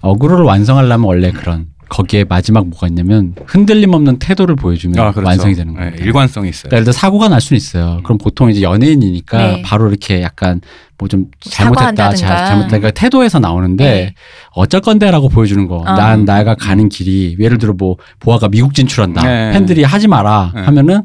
어그로를 완성하려면 원래 그런 거기에 마지막 뭐가 있냐면 흔들림 없는 태도를 보여주면 네, 완성이 되는
예,
거예요.
일관성이 있어요.
그러니까 예를 들어 사고가 날 수는 있어요. 그럼 보통 이제 연예인이니까
네.
바로 이렇게 약간 뭐 좀 잘못했다,
사과한다든가.
자- 잘못했다 그러니까 태도에서 나오는데
네.
어쩔 건데라고 보여주는 거.
어.
난 내가 가는 길이 예를 들어 뭐 보아가 미국 진출한다.
네.
팬들이 하지 마라
네.
하면은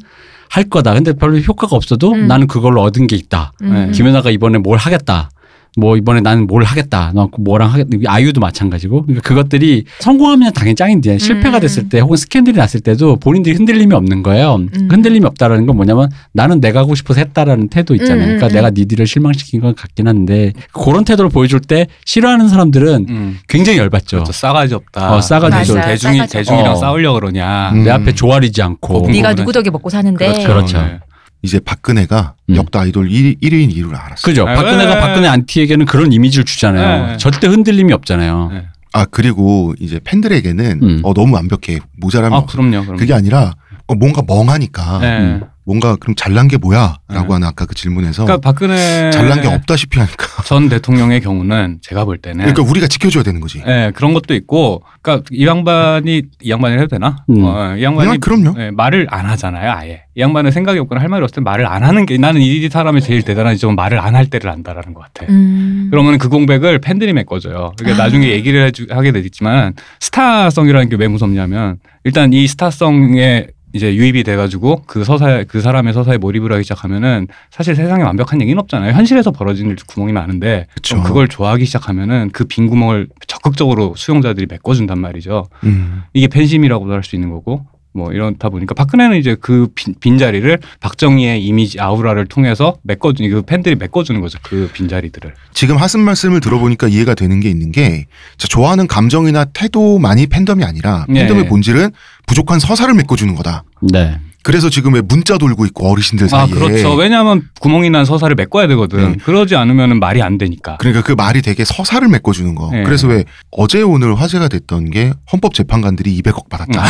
할 거다. 근데 별로 효과가 없어도
음.
나는 그걸로 얻은 게 있다.
네.
김연아가 이번에 뭘 하겠다. 뭐 이번에 나는 뭘 하겠다. 너 뭐랑 하겠다. 아이유도 마찬가지고. 그러니까 그것들이 성공하면 당연히
음.
짱인데 실패가 됐을 때 혹은 스캔들이 났을 때도 본인들이 흔들림이 없는 거예요.
음.
흔들림이 없다라는 건 뭐냐면 나는 내가 하고 싶어서 했다라는 태도 있잖아요.
음, 음,
그러니까
음.
내가 니들을 실망시킨 것 같긴 한데 그런 태도를 보여줄 때 싫어하는 사람들은
음,
굉장히 열받죠.
그렇죠. 싸가지 없다.
어, 싸가지 어.
대중-
없다.
대중이
싸가지
대중이랑
없다. 네.
싸우려 그러냐.
음.
내 앞에 조아리지 않고.
음.
네가 누구 덕에 먹고 사는데
그렇죠.
네.
이제 박근혜가
음.
역도 아이돌 1위, 1위인 이유를 알았어. 요
그죠.
아,
박근혜가
네.
박근혜 안티에게는 그런 이미지를 주잖아요.
네.
절대 흔들림이 없잖아요.
네.
아 그리고 이제 팬들에게는
음.
어, 너무 완벽해 모자람이
아
없어.
그럼요. 그럼요.
그게 아니라 어, 뭔가 멍하니까
예.
음.
뭔가 그럼 잘난 게 뭐야라고
네.
하는 아까 그 질문에서
그러니까 네. 박근혜
잘난 게 없다시피 하니까
전 대통령의 경우는 제가 볼 때는
그러니까 우리가 지켜줘야 되는 거지.
예, 그런 것도 있고, 그러니까 이 양반이 이 양반이 해도 되나? 어, 이
음.
네, 그냥
양반이
그럼요.
예, 말을 안 하잖아요, 아예. 이 양반은 생각이 없거나 할 말이 없을 때 말을 안 하는 게 나는 이 사람의 제일 대단한 점은 말을 안 할 때를 안다라는 것 같아.
음.
그러면 그 공백을 팬들이 메꿔줘요. 그러니까
아.
나중에 얘기를 해주, 하게 되겠지만 스타성이라는 게 왜 무섭냐면 일단 이 스타성에 이제 유입이 돼가지고 그 서사에 그 사람의 서사에 몰입을 하기 시작하면은 사실 세상에 완벽한 얘기는 없잖아요. 현실에서 벌어지는 구멍이 많은데
그쵸.
그걸 좋아하기 시작하면은 그 빈 구멍을 적극적으로 수용자들이 메꿔준단 말이죠.
음.
이게 팬심이라고도 할 수 있는 거고 뭐 이렇다 보니까 박근혜는 이제 그 빈, 빈자리를 박정희의 이미지 아우라를 통해서 메꿔주니 그 팬들이 메꿔주는 거죠 그 빈자리들을
지금 하슨 말씀을 들어보니까 이해가 되는 게 있는 게 자, 좋아하는 감정이나 태도만이 팬덤이 아니라
예.
팬덤의 본질은 부족한 서사를 메꿔주는 거다.
네.
그래서 지금 왜 문자 돌고 있고 어르신들
아
사이에
그렇죠 왜냐하면 구멍이 난 서사를 메꿔야 되거든
네.
그러지 않으면 말이 안 되니까
그러니까 그 말이 되게 서사를 메꿔주는 거.
예.
그래서 왜 어제 오늘 화제가 됐던 게 헌법재판관들이 200억 받았다.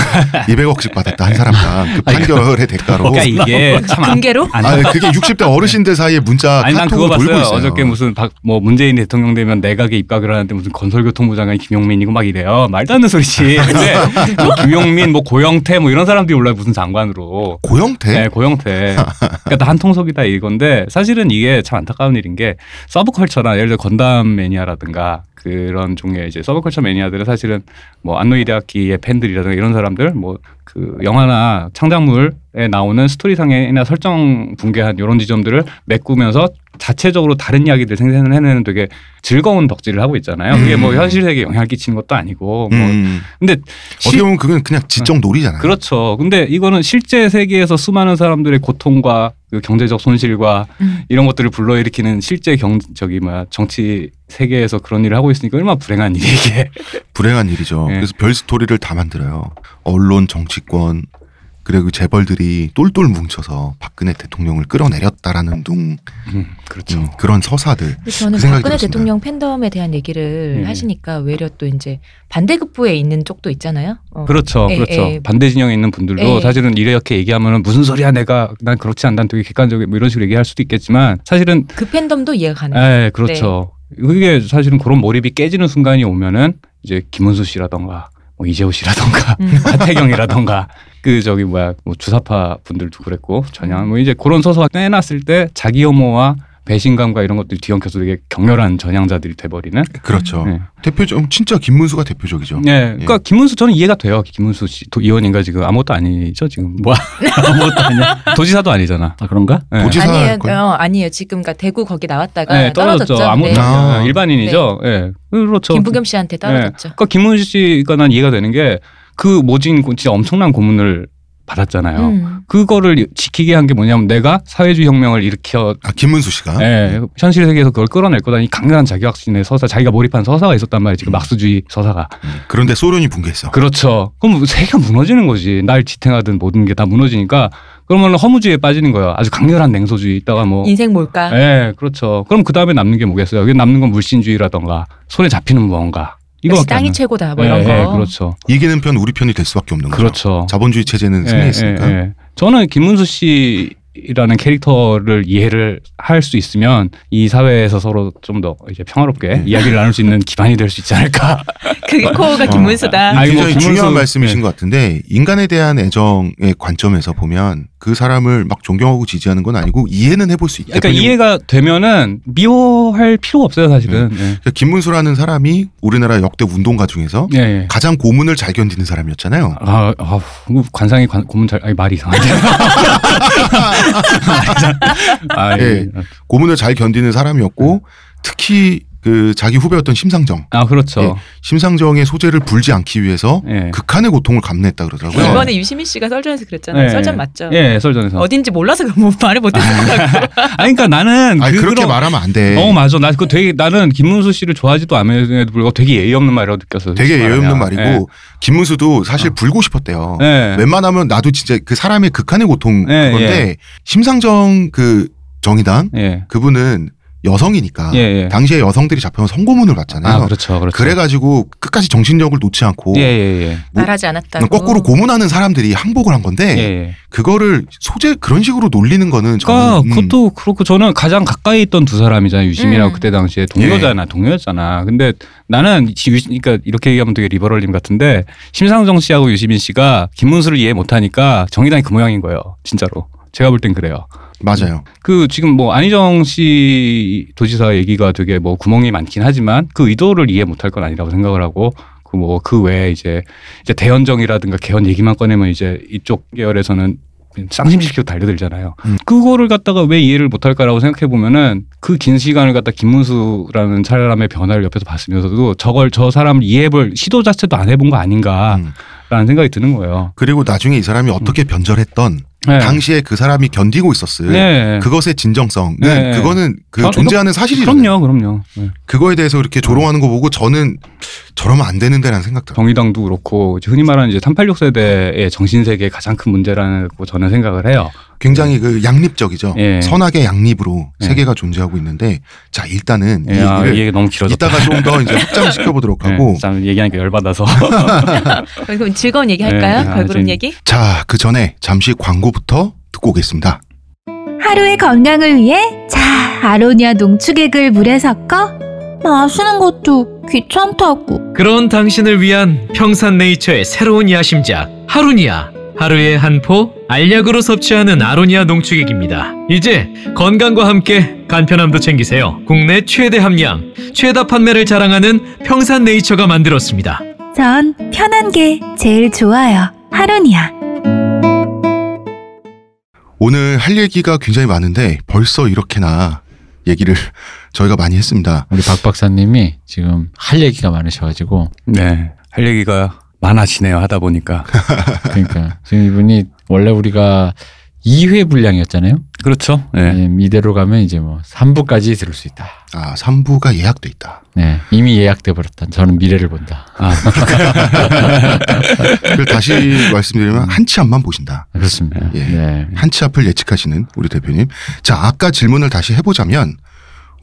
200억씩 받았다 한 사람당 그 판결의 대가로.
아, 그러니까 이게 참 안-
금괴로?
안,
아 그게 60대 어르신들 사이에 문자
아니 난 그거
카톡을 돌고
봤어요.
있어요.
어저께 무슨 박, 뭐 문재인 대통령 되면 내각에 입각을 하는데 무슨 건설교통부 장관이 김용민이고 막 이래요. 말도 안 되는 소리지. 근데 뭐 김용민, 뭐 고영태 뭐 이런 사람들이 올라 무슨 장관으로.
고영태
네, 고영태. 그러니까 나 한통속이다 이건데 사실은 이게 참 안타까운 일인 게 서브컬처나 예를 들어 건담 매니아라든가 그런 종류의 이제 서브컬처 매니아들은 사실은 뭐 안노 이데아키의 팬들이라든가 이런 사람들 뭐 그 영화나 창작물에 나오는 스토리상이나 설정 붕괴한 이런 지점들을 메꾸면서 자체적으로 다른 이야기들 생산을 해내는 되게 즐거운 덕질을 하고 있잖아요. 그게 뭐
음.
현실 세계에 영향을 끼치는 것도 아니고 뭐
음.
근데 시-
어떻게 보면 그건 그냥 지적 놀이잖아요.
그렇죠. 근데 이거는 실제 세계에서 수많은 사람들의 고통과 그 경제적 손실과
음.
이런 것들을 불러일으키는 실제 경 저기 뭐 정치 세계에서 그런 일을 하고 있으니까 얼마나 불행한 일이 이게.
불행한 일이죠.
예.
그래서 별 스토리를 다 만들어요. 언론, 정치권 그리고 재벌들이 똘똘 뭉쳐서 박근혜 대통령을 끌어내렸다라는 둥
음, 그렇죠.
음, 그런 서사들.
근데 저는
그 생각이
박근혜
들었습니다.
대통령 팬덤에 대한 얘기를
예.
하시니까 외려 또 이제 반대급부에 있는 쪽도 있잖아요. 어.
그렇죠,
예,
그렇죠.
예.
반대 진영에 있는 분들도
예.
사실은 이렇게 얘기하면 무슨 소리야 내가 난 그렇지 않다 되게 객관적인 뭐 이런 식으로 얘기할 수도 있겠지만 사실은
그 팬덤도 이해가 가는.
예, 그렇죠.
네.
그게 사실은 그런 몰입이 깨지는 순간이 오면은 이제 김은수 씨라던가 뭐 이재호 씨라던가
음.
하태경이라던가 그 저기 뭐야 뭐 주사파 분들도 그랬고 전혀 뭐 이제 그런 서서 빼놨을 때 자기 혐오와 배신감과 이런 것들이 뒤엉켜서 되게 격렬한 전향자들이 돼버리는.
그렇죠.
예.
대표적 진짜 김문수가 대표적이죠.
예, 그러니까 김문수 저는 이해가 돼요. 김문수 씨 도- 의원인가 지금 아무것도 아니죠 지금 뭐 아무것도 아니야. 도지사도 아니잖아.
아 그런가?
예.
도지사
아니에요,
거의-
어, 아니에요. 지금 그러니까 대구 거기 나왔다가
예,
떨어졌죠. 네.
떨어졌죠. 아무것도
네.
아니야.
아.
일반인이죠. 예, 그렇죠.
김부겸 씨한테 떨어졌죠.
그러니까 김문수 씨가 난 이해가 되는 게 그 모진 고- 진짜 엄청난 고문을 받았잖아요.
음.
그거를 지키게 한 게 뭐냐면 내가 사회주의 혁명을 일으켜
아 김문수 씨가
예, 현실 세계에서 그걸 끌어낼 거다. 이 강렬한 자기 확신의 서사, 자기가 몰입한 서사가 있었단 말이지.
음.
그 막수주의 서사가.
그런데 소련이 붕괴했어.
그렇죠. 그럼 세계가 무너지는 거지. 날 지탱하던 모든 게 다 무너지니까 그러면 허무주의에 빠지는 거예요. 아주 강렬한 냉소주의 있다가 뭐
인생 뭘까?
예, 그렇죠. 그럼 그 다음에 남는 게 뭐겠어요? 여기 남는 건 물신주의라던가 손에 잡히는 무언가.
역시
이거밖에 안
땅이
나-
최고다. 뭐 이런
예,
거.
예, 그렇죠.
이기는 편 우리 편이 될 수밖에 없는 거죠.
그렇죠.
자본주의 체제는 승리했으니까.
예, 예. 저는 김문수 씨라는 캐릭터를 이해를 할 수 있으면 이 사회에서 서로 좀 더 이제 평화롭게
예.
이야기를 나눌 수 있는 기반이 될 수 있지 않을까.
그게 코어가 김문수다.
아니, 뭐
굉장히
김문수-
중요한 말씀이신 것 같은데 인간에 대한 애정의 관점에서 보면 그 사람을 막 존경하고 지지하는 건 아니고 이해는 해볼 수 있다.
그러니까
왜냐면
이해가 되면은 미워할 필요가 없어요, 사실은.
네,
예.
그러니까 김문수라는 사람이 우리나라 역대 운동가 중에서
예, 예.
가장 고문을 잘 견디는 사람이었잖아요.
아, 아, 관상이 관, 고문 잘, 아니, 말이 이상한데. 아, 네. 예.
예. 고문을 잘 견디는 사람이었고 특히 그 자기 후배였던 심상정,
아, 그렇죠.
예, 심상정의 소재를 불지 않기 위해서
예.
극한의 고통을 감내했다
네.
그러더라고요.
이번에 유시민 씨가 설전에서 그랬잖아요.
예.
설전 맞죠?
예, 설전에서.
어딘지 몰라서 그뭐 말을 못했다고.
아니, 그러니까 나는
아니,
그-
그렇게
그런-
말하면 안 돼.
어 맞아 나그 되게 나는 김문수 씨를 좋아하지도 않음에도 불구하고 되게 예의 없는 말이라고 느꼈어요. 네. 어.
되게 예의 없는
말이야.
말이고 김문수도 사실 불고 싶었대요.
예. 예.
웬만하면 나도 진짜 그 사람의 극한의 고통
예,
그건데 심상정 그 정의당
예.
그분은 여성이니까 아.
예, 예.
당시에 여성들이 잡혀온 성고문을 받잖아요.
아, 그렇죠. 그렇죠.
그래가지고 끝까지 정신력을 놓지 않고
예, 예,
뭐-
말하지 않았다고.
거꾸로 고문하는 사람들이 항복을 한 건데
예. 예, 예.
그거를 소재 그런 식으로 놀리는 거는
그러니까
저는 음,
그것도 그렇고 저는 가장 가까이 있던 두 사람이잖아요. 유시민하고
음.
그때 당시에 동료잖아, 동료였잖아. 근데 나는 지- 유시- 그러니까 이렇게 얘기하면 되게 리버럴님 같은데 심상정 씨하고 유시민 씨가 김문수를 이해 못하니까 정의당이 그 모양인 거예요. 진짜로. 제가 볼 땐 그래요.
맞아요.
그 지금 뭐 안희정 씨 도지사 얘기가 되게 뭐 구멍이 많긴 하지만 그 의도를 이해 못할 건 아니라고 생각을 하고 그 뭐 그 외에 이제 이제 대연정이라든가 개헌 얘기만 꺼내면 이제 이쪽 계열에서는 쌍심시키고 달려들잖아요.
음.
그거를 갖다가 왜 이해를 못할까라고 생각해 보면은 그 긴 시간을 갖다 김문수라는 사람의 변화를 옆에서 봤으면서도 저걸 저 사람을 이해해볼 시도 자체도 안 해본 거 아닌가라는
음.
생각이 드는 거예요.
그리고 나중에 이 사람이 어떻게 변절했던
음. 네.
당시에 그 사람이 견디고 있었을
네.
그것의 진정성은
네.
그거는 그
아,
존재하는 사실이잖아요.
그럼요, 그럼요. 네.
그거에 대해서 이렇게 조롱하는 거 보고 저는 저러면 안 되는데라는 생각 들어요.
정의당도 그렇고 이제 흔히 말하는 이제 386 세대의 정신 세계의 가장 큰 문제라고 저는 생각을 해요.
굉장히 그 양립적이죠.
네. 예.
선악의 양립으로
예.
세계가 존재하고 있는데 자 일단은
예, 아,
이
이
일을
얘기 너무 길어졌다.
이따가 좀 더 이제 확장을 시켜보도록 하고
예, 참 얘기하니까 열받아서.
그럼 즐거운 얘기 할까요?
네, 아,
걸그룹
재밌-
얘기?
자 그 전에 잠시 광고부터 듣고 오겠습니다.
하루의 건강을 위해 자 아로니아 농축액을 물에 섞어 마시는 것도 귀찮다고
그런 당신을 위한 평산네이처의 새로운 야심작 하루니아 하루에 한 포 알약으로 섭취하는 아로니아 농축액입니다. 이제 건강과 함께 간편함도 챙기세요. 국내 최대 함량, 최다 판매를 자랑하는 평산네이처가 만들었습니다.
전 편한 게 제일 좋아요 하루니아
오늘 할 얘기가 굉장히 많은데 벌써 이렇게나 얘기를 저희가 많이 했습니다.
우리 박 박사님이 지금 할 얘기가 많으셔가지고
네. 할 얘기가 많아지네요. 하다 보니까.
그러니까 지금 이분이 원래 우리가 2회 분량이었잖아요.
그렇죠. 네.
예, 이대로 가면 이제 뭐 3부까지 들을 수 있다.
아 3부가 예약돼 있다.
네, 이미 예약돼 버렸다. 저는 미래를 본다.
아,
그걸 다시 말씀드리면 한치 앞만 보신다.
그렇습니다.
예.
네.
한치 앞을 예측하시는 우리 대표님. 자 아까 질문을 다시 해보자면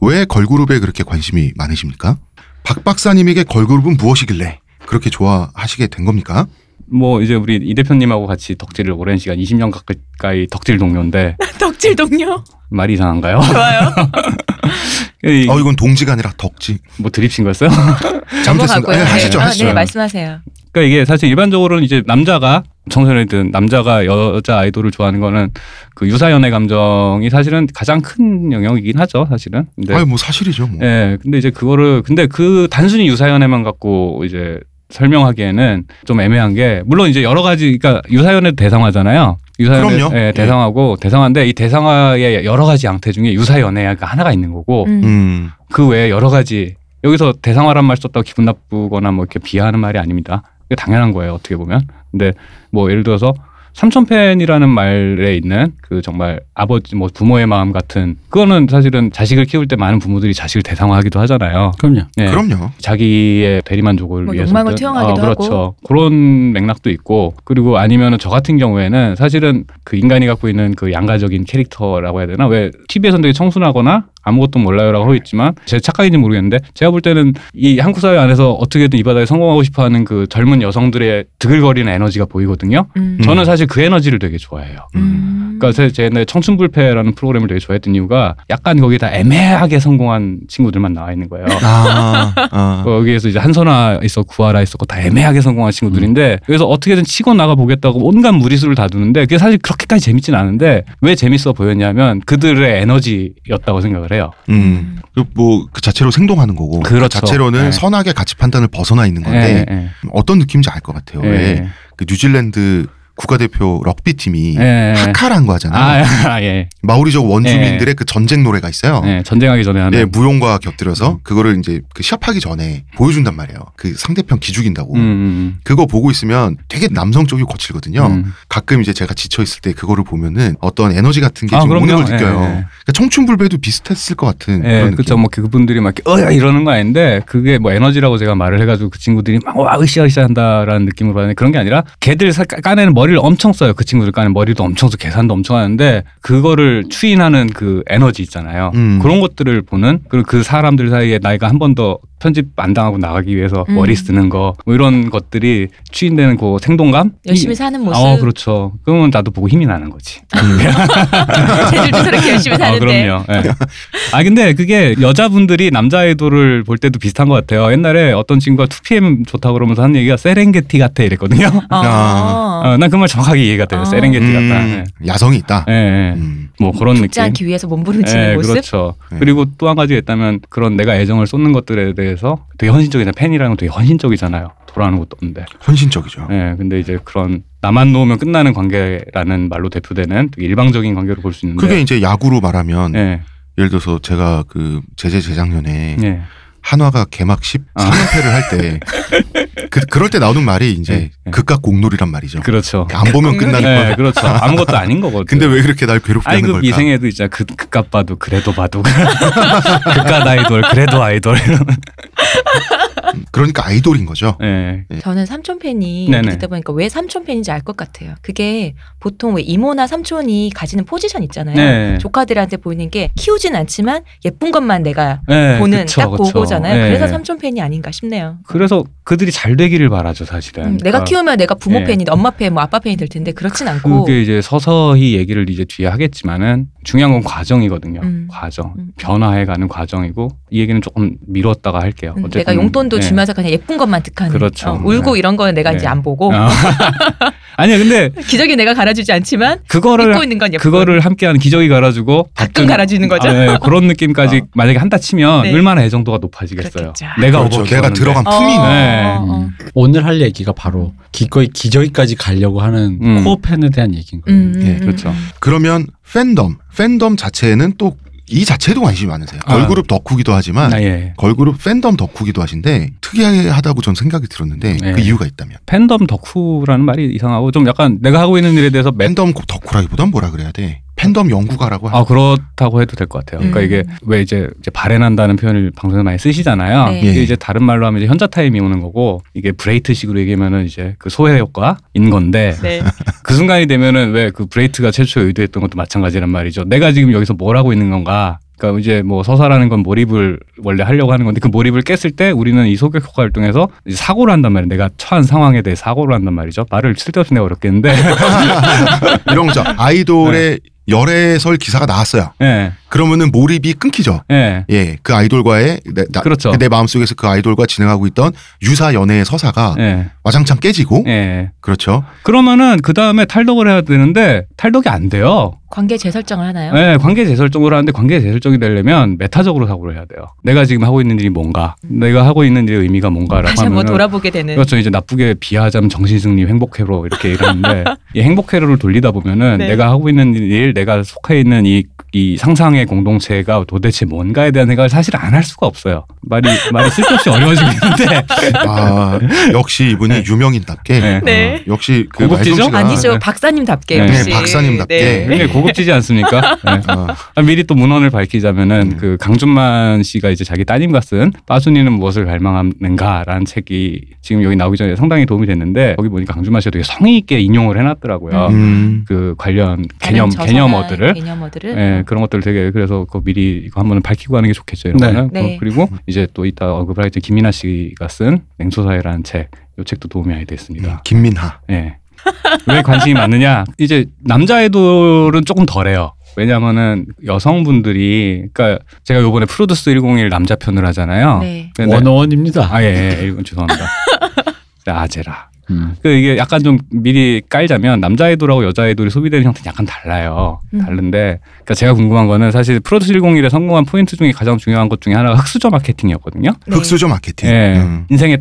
왜 걸그룹에 그렇게 관심이 많으십니까? 박 박사님에게 걸그룹은 무엇이길래 그렇게 좋아하시게 된 겁니까?
뭐 이제 우리 이 대표님하고 같이 덕질을 오랜 시간 20년 가까이 덕질 동료인데
덕질 동료.
말이 이상한가요?
좋아요.
예, 이-
어 이건 동지가 아니라 덕지.
뭐 드립친 거였어요?
잘못했습니다.
넘어가고요.
예,
네.
하시죠
아,
하시죠.
네, 말씀하세요.
그러니까 이게 사실 일반적으로는 이제 남자가 청소년이든 남자가 여자 아이돌을 좋아하는 거는 그 유사연애 감정이 사실은 가장 큰 영역이긴 하죠, 사실은. 근데
아유 뭐 사실이죠 뭐.
예, 근데 이제 그거를 근데 그 단순히 유사연애만 갖고 이제 설명하기에는 좀 애매한 게 물론 이제 여러 가지 그러니까 유사연애 대상화잖아요. 유사연애
그럼요.
예, 대상화고 대상화인데 이 대상화의 아, 예, 여러 가지 양태 중에 유사연애가 하나가 있는 거고
음.
음.
그 외에 여러 가지 여기서 대상화란 말 썼다고 기분 나쁘거나 뭐 이렇게 비하하는 말이 아닙니다. 그게 당연한 거예요 어떻게 보면. 근데 뭐 예를 들어서 삼천팬이라는 말에 있는 그 정말 아버지 뭐 부모의 마음 같은 그거는 사실은 자식을 키울 때 많은 부모들이 자식을 대상화하기도 하잖아요.
그럼요.
네.
그럼요.
자기의 대리만족을
뭐
위해서
욕망을 투영하기도
그렇죠.
하고.
그런 맥락도 있고 그리고 아니면은 저 같은 경우에는 사실은 그 인간이 갖고 있는 그 양가적인 캐릭터라고 해야 되나 왜 TV에서는 되게 청순하거나 아무것도 몰라요라고 하고 있지만 제 착각인지 모르겠는데 제가 볼 때는 이 한국 사회 안에서 어떻게든 이 바다에 성공하고 싶어하는 그 젊은 여성들의 드글거리는 에너지가 보이거든요.
음.
저는 사실 그 에너지를 되게 좋아해요.
음.
그러니까 제, 제 옛날에 청춘불패라는 프로그램을 되게 좋아했던 이유가 약간 거기다 애매하게 성공한 친구들만 나와 있는 거예요.
아, 아.
거기에서 이제 한선아 있어 구하라 있었고 다 애매하게 성공한 친구들인데
음.
그래서 어떻게든 치고 나가 보겠다고 온갖 무리수를 다 두는데 그게 사실 그렇게까지 재밌진 않은데 왜 재밌어 보였냐면 그들의 에너지였다고 생각을 해요.
음. 그뭐그 자체로 생동하는 거고 그
그렇죠.
자체로는
네.
선악의 가치 판단을 벗어나 있는 건데
예,
어떤 느낌인지 알 것 같아요.
예,
아, 네. 왜 그 뉴질랜드 국가대표 럭비 팀이
예, 예.
하카라는 거 하잖아요.
아, 아, 예.
마오리족 원주민들의 그 전쟁 노래가 있어요.
예, 전쟁하기 전에 하는.
예, 무용과 곁들여서 그거를 이제 그 시합하기 전에 보여준단 말이에요. 그 상대편 기죽인다고.
음, 음,
그거 보고 있으면 되게 남성적이고 거칠거든요.
음.
가끔 이제 제가 지쳐 있을 때 그거를 보면은 어떤 에너지 같은 게
아,
좀 오는
그럼요.
걸 느껴요.
예, 예.
그러니까 청춘불배도 비슷했을 것 같은
예,
그런
그렇죠. 뭐 그분들이 막 이렇게 어야 이러는 거 아닌데 그게 뭐 에너지라고 제가 말을 해가지고 그 친구들이 막와 으쌰으쌰 한다라는 느낌으로 하는 그런 게 아니라 걔들 사- 까- 까내는 머리 머리를 엄청 써요. 그 친구들 간에 머리도 엄청 써 계산도 엄청 하는데 그거를 추인하는 그 에너지 있잖아요.
음.
그런 것들을 보는 그리고 그 사람들 사이에 나이가 한 번 더 편집 안 당하고 나가기 위해서
음.
머리 쓰는 거뭐 이런 것들이 추인되는 그 생동감
열심히
이-
사는 모습.
어 그렇죠. 그러면 나도 보고 힘이 나는 거지.
제주도 저렇게 열심히
그렇죠. 아,
사는데.
그럼요. 예. 아, 근데 그게 여자분들이 남자 아이돌을 볼 때도 비슷한 것 같아요. 옛날에 어떤 친구가 2PM 좋다고 그러면서 한 얘기가 세렝게티 같아 이랬거든요.
어.
아.
어, 난 그 말 정확하게 이해가 돼요.
아.
세렝게티 같다.
음, 야성이 있다.
예. 예, 예.
음.
뭐 그런
죽지
느낌.
않기 위해서 몸부림치는
예,
모습. 네.
그렇죠.
예.
그리고 또 한 가지가 있다면 그런 내가 애정을 쏟는 것들에 대해서 되게 헌신적이잖아요. 팬이라는 건 되게 헌신적이잖아요. 돌아오는 것도 없는데.
헌신적이죠.
아.
예, 근데 이제 그런 나만 놓으면 끝나는 관계라는 말로 대표되는 되게 일방적인 관계로 볼 수 있는데.
그게 이제 야구로 말하면
네. 예,
예를 들어서 제가 그 재재 재작년에
음.
예.
한화가 개막 13연패를
아.
할 때 그, 그럴 때 나오는 말이 이제
네, 네.
극각 공놀이란 말이죠.
그렇죠.
안 보면 끝나는 거야.
네, 그렇죠. 아무것도 아닌 거거든.
근데 왜 그렇게 날 괴롭게 하는
I급
걸까?
이생에도 진짜 그, 극값 봐도 그래도 봐도 극값 아이돌 그래도 아이돌.
그러니까 아이돌인 거죠.
네.
저는 삼촌 팬이
네네.
듣다 보니까 왜 삼촌 팬인지 알 것 같아요. 그게 보통 왜 이모나 삼촌이 가지는 포지션 있잖아요.
네.
조카들한테 보이는 게 키우진 않지만 예쁜 것만 내가
네,
보는
그쵸,
딱
그쵸.
그거잖아요.
네.
그래서 삼촌 팬이 아닌가 싶네요.
그래서 그들이 잘 되기를 바라죠 사실은.
음, 내가
그러니까
키우면 내가 부모
네.
팬이든 엄마 팬, 뭐 아빠 팬이 될 텐데 그렇진 않고
그게 이제 서서히 얘기를 이제 뒤에 하겠지만은 중요한 건 과정이거든요.
음.
과정
음.
변화해가는 과정이고 이 얘기는 조금 미뤘다가 할게요.
음,
어쨌든,
내가 용돈도
네.
주면서 그냥 예쁜 것만 득하는.
그렇죠.
어, 울고
네.
이런 거는 내가 이제
네.
안 보고
아. 아니야 근데
기저귀 내가 갈아주지 않지만
그거를
입고 있는 건 예쁜.
그거를 함께하는 기저귀 갈아주고
가끔
밥등-
갈아주는 거죠.
아, 네, 그런 느낌까지 만약에 한다 치면
네.
얼마나 애정도가 높아지겠어요.
그렇겠죠.
내가
그렇죠.
오버키
걔가
줬는데.
들어간
어,
품이 있는
네.
어, 어.
음. 오늘 할 얘기가 바로 기꺼이 기저귀까지 가려고 하는
음.
코어 팬에 대한 얘기인 거예요.
음, 음,
예,
음,
그렇죠.
음.
그러면 팬덤, 팬덤 자체에는 또 이 자체도 관심이 많으세요.
아.
걸그룹 덕후기도 하지만
아, 예.
걸그룹 팬덤 덕후기도 하신데 특이하다고 전 생각이 들었는데
네.
그 이유가 있다면
팬덤 덕후라는 말이 이상하고 좀 약간 내가 하고 있는 일에 대해서 매...
팬덤 덕후라기보단 뭐라 그래야 돼? 팬덤 연구가라고
아 그렇다고 해도 될 것 같아요. 그러니까
음.
이게 왜 이제, 이제 발행한다는 표현을 방송에 많이 쓰시잖아요.
네.
예.
이게 이제 다른 말로 하면 이제 현자 타임이 오는 거고 이게 브레이트식으로 얘기하면은 이제 그 소해 효과인 건데
네.
그 순간이 되면은 왜 그 브레이트가 최초에 의도했던 것도 마찬가지란 말이죠. 내가 지금 여기서 뭘 하고 있는 건가? 그러니까 이제 뭐 서사라는 건 몰입을 원래 하려고 하는 건데 그 몰입을 깼을 때 우리는 이 소격 효과를 통해서 이제 사고를 한단 말이에요. 내가 처한 상황에 대해 사고를 한단 말이죠. 말을 쓸데없이 내가 어렵겠는데.
이런 거죠. 아이돌의 열애설 기사가 나왔어요.
예.
그러면은 몰입이 끊기죠.
예.
예, 그 아이돌과의 내, 나-
그렇죠.
내 마음속에서 그 아이돌과 진행하고 있던 유사 연애의 서사가
예.
와장창 깨지고
예.
그렇죠.
그러면은 그 다음에 탈덕을 해야 되는데 탈덕이 안 돼요.
관계 재설정을 하나요?
예, 관계 재설정으로 하는데 관계 재설정이 되려면 메타적으로 사고를 해야 돼요. 내가 지금 하고 있는 일이 뭔가, 내가 하고 있는 일의 의미가 뭔가라고
다시 한번
하면
뭐 돌아보게 되는.
그렇죠. 이제 나쁘게 비하자면 정신승리 행복회로 이렇게 이러는데 이 행복회로를 돌리다 보면은
네.
내가 하고 있는 일, 내가 속해 있는 이, 이 상상의 공동체가 도대체 뭔가에 대한 생각을 사실 안 할 수가 없어요. 말이 말이 쓸데없이 어려워지는데
아, 역시 이분이 유명인답게
네.
네.
어, 역시 그
고급지죠?
말솜씨가
아니죠.
네.
박사님답게
네,
역시.
박사님답게.
네.
굉장히 고급지지 않습니까? 네.
어,
아, 미리 또 문헌을 밝히자면은
음.
그 강준만 씨가 이제 자기 따님과 쓴 빠순이는 무엇을 갈망하는가라는 책이 지금 여기 나오기 전에 상당히 도움이 됐는데 거기 보니까 강준만 씨가 되게 성의 있게 인용을
네.
아,
해놨더라고요.
음,
그 관련
다른
개념
저서나
개념어들을
개념어들을.
예, 그런 것들 을 되게 그래서 그거 미리 이거 한번은 밝히고 가는 게 좋겠죠. 이런
네.
거는.
네.
어, 그리고 이제 또 이따 언급을 하겠지만 김민아 씨가 쓴 냉소사회라는 책, 이 책도 도움이 많이
음,
됐습니다.
김민하.
예. 왜 관심이 많느냐? 이제 남자 아이돌은 조금 덜해요. 왜냐면은 여성분들이 그러니까 제가 요번에 프로듀스 101 남자 편을 하잖아요.
네.
근데-
원어원입니다.
아 예, 예, 이건 죄송합니다. 아제라.
음.
그 이게 약간 좀 미리 깔자면 남자 아이돌하고 여자 아이돌이 소비되는 형태는 약간 달라요.
음.
다른데 그러니까 제가 궁금한 거는 사실 프로듀스 101에 성공한 포인트 중에 가장 중요한 것 중에 하나가 흑수저 마케팅이었거든요.
네.
흑수저 마케팅.
예.
음.
인생의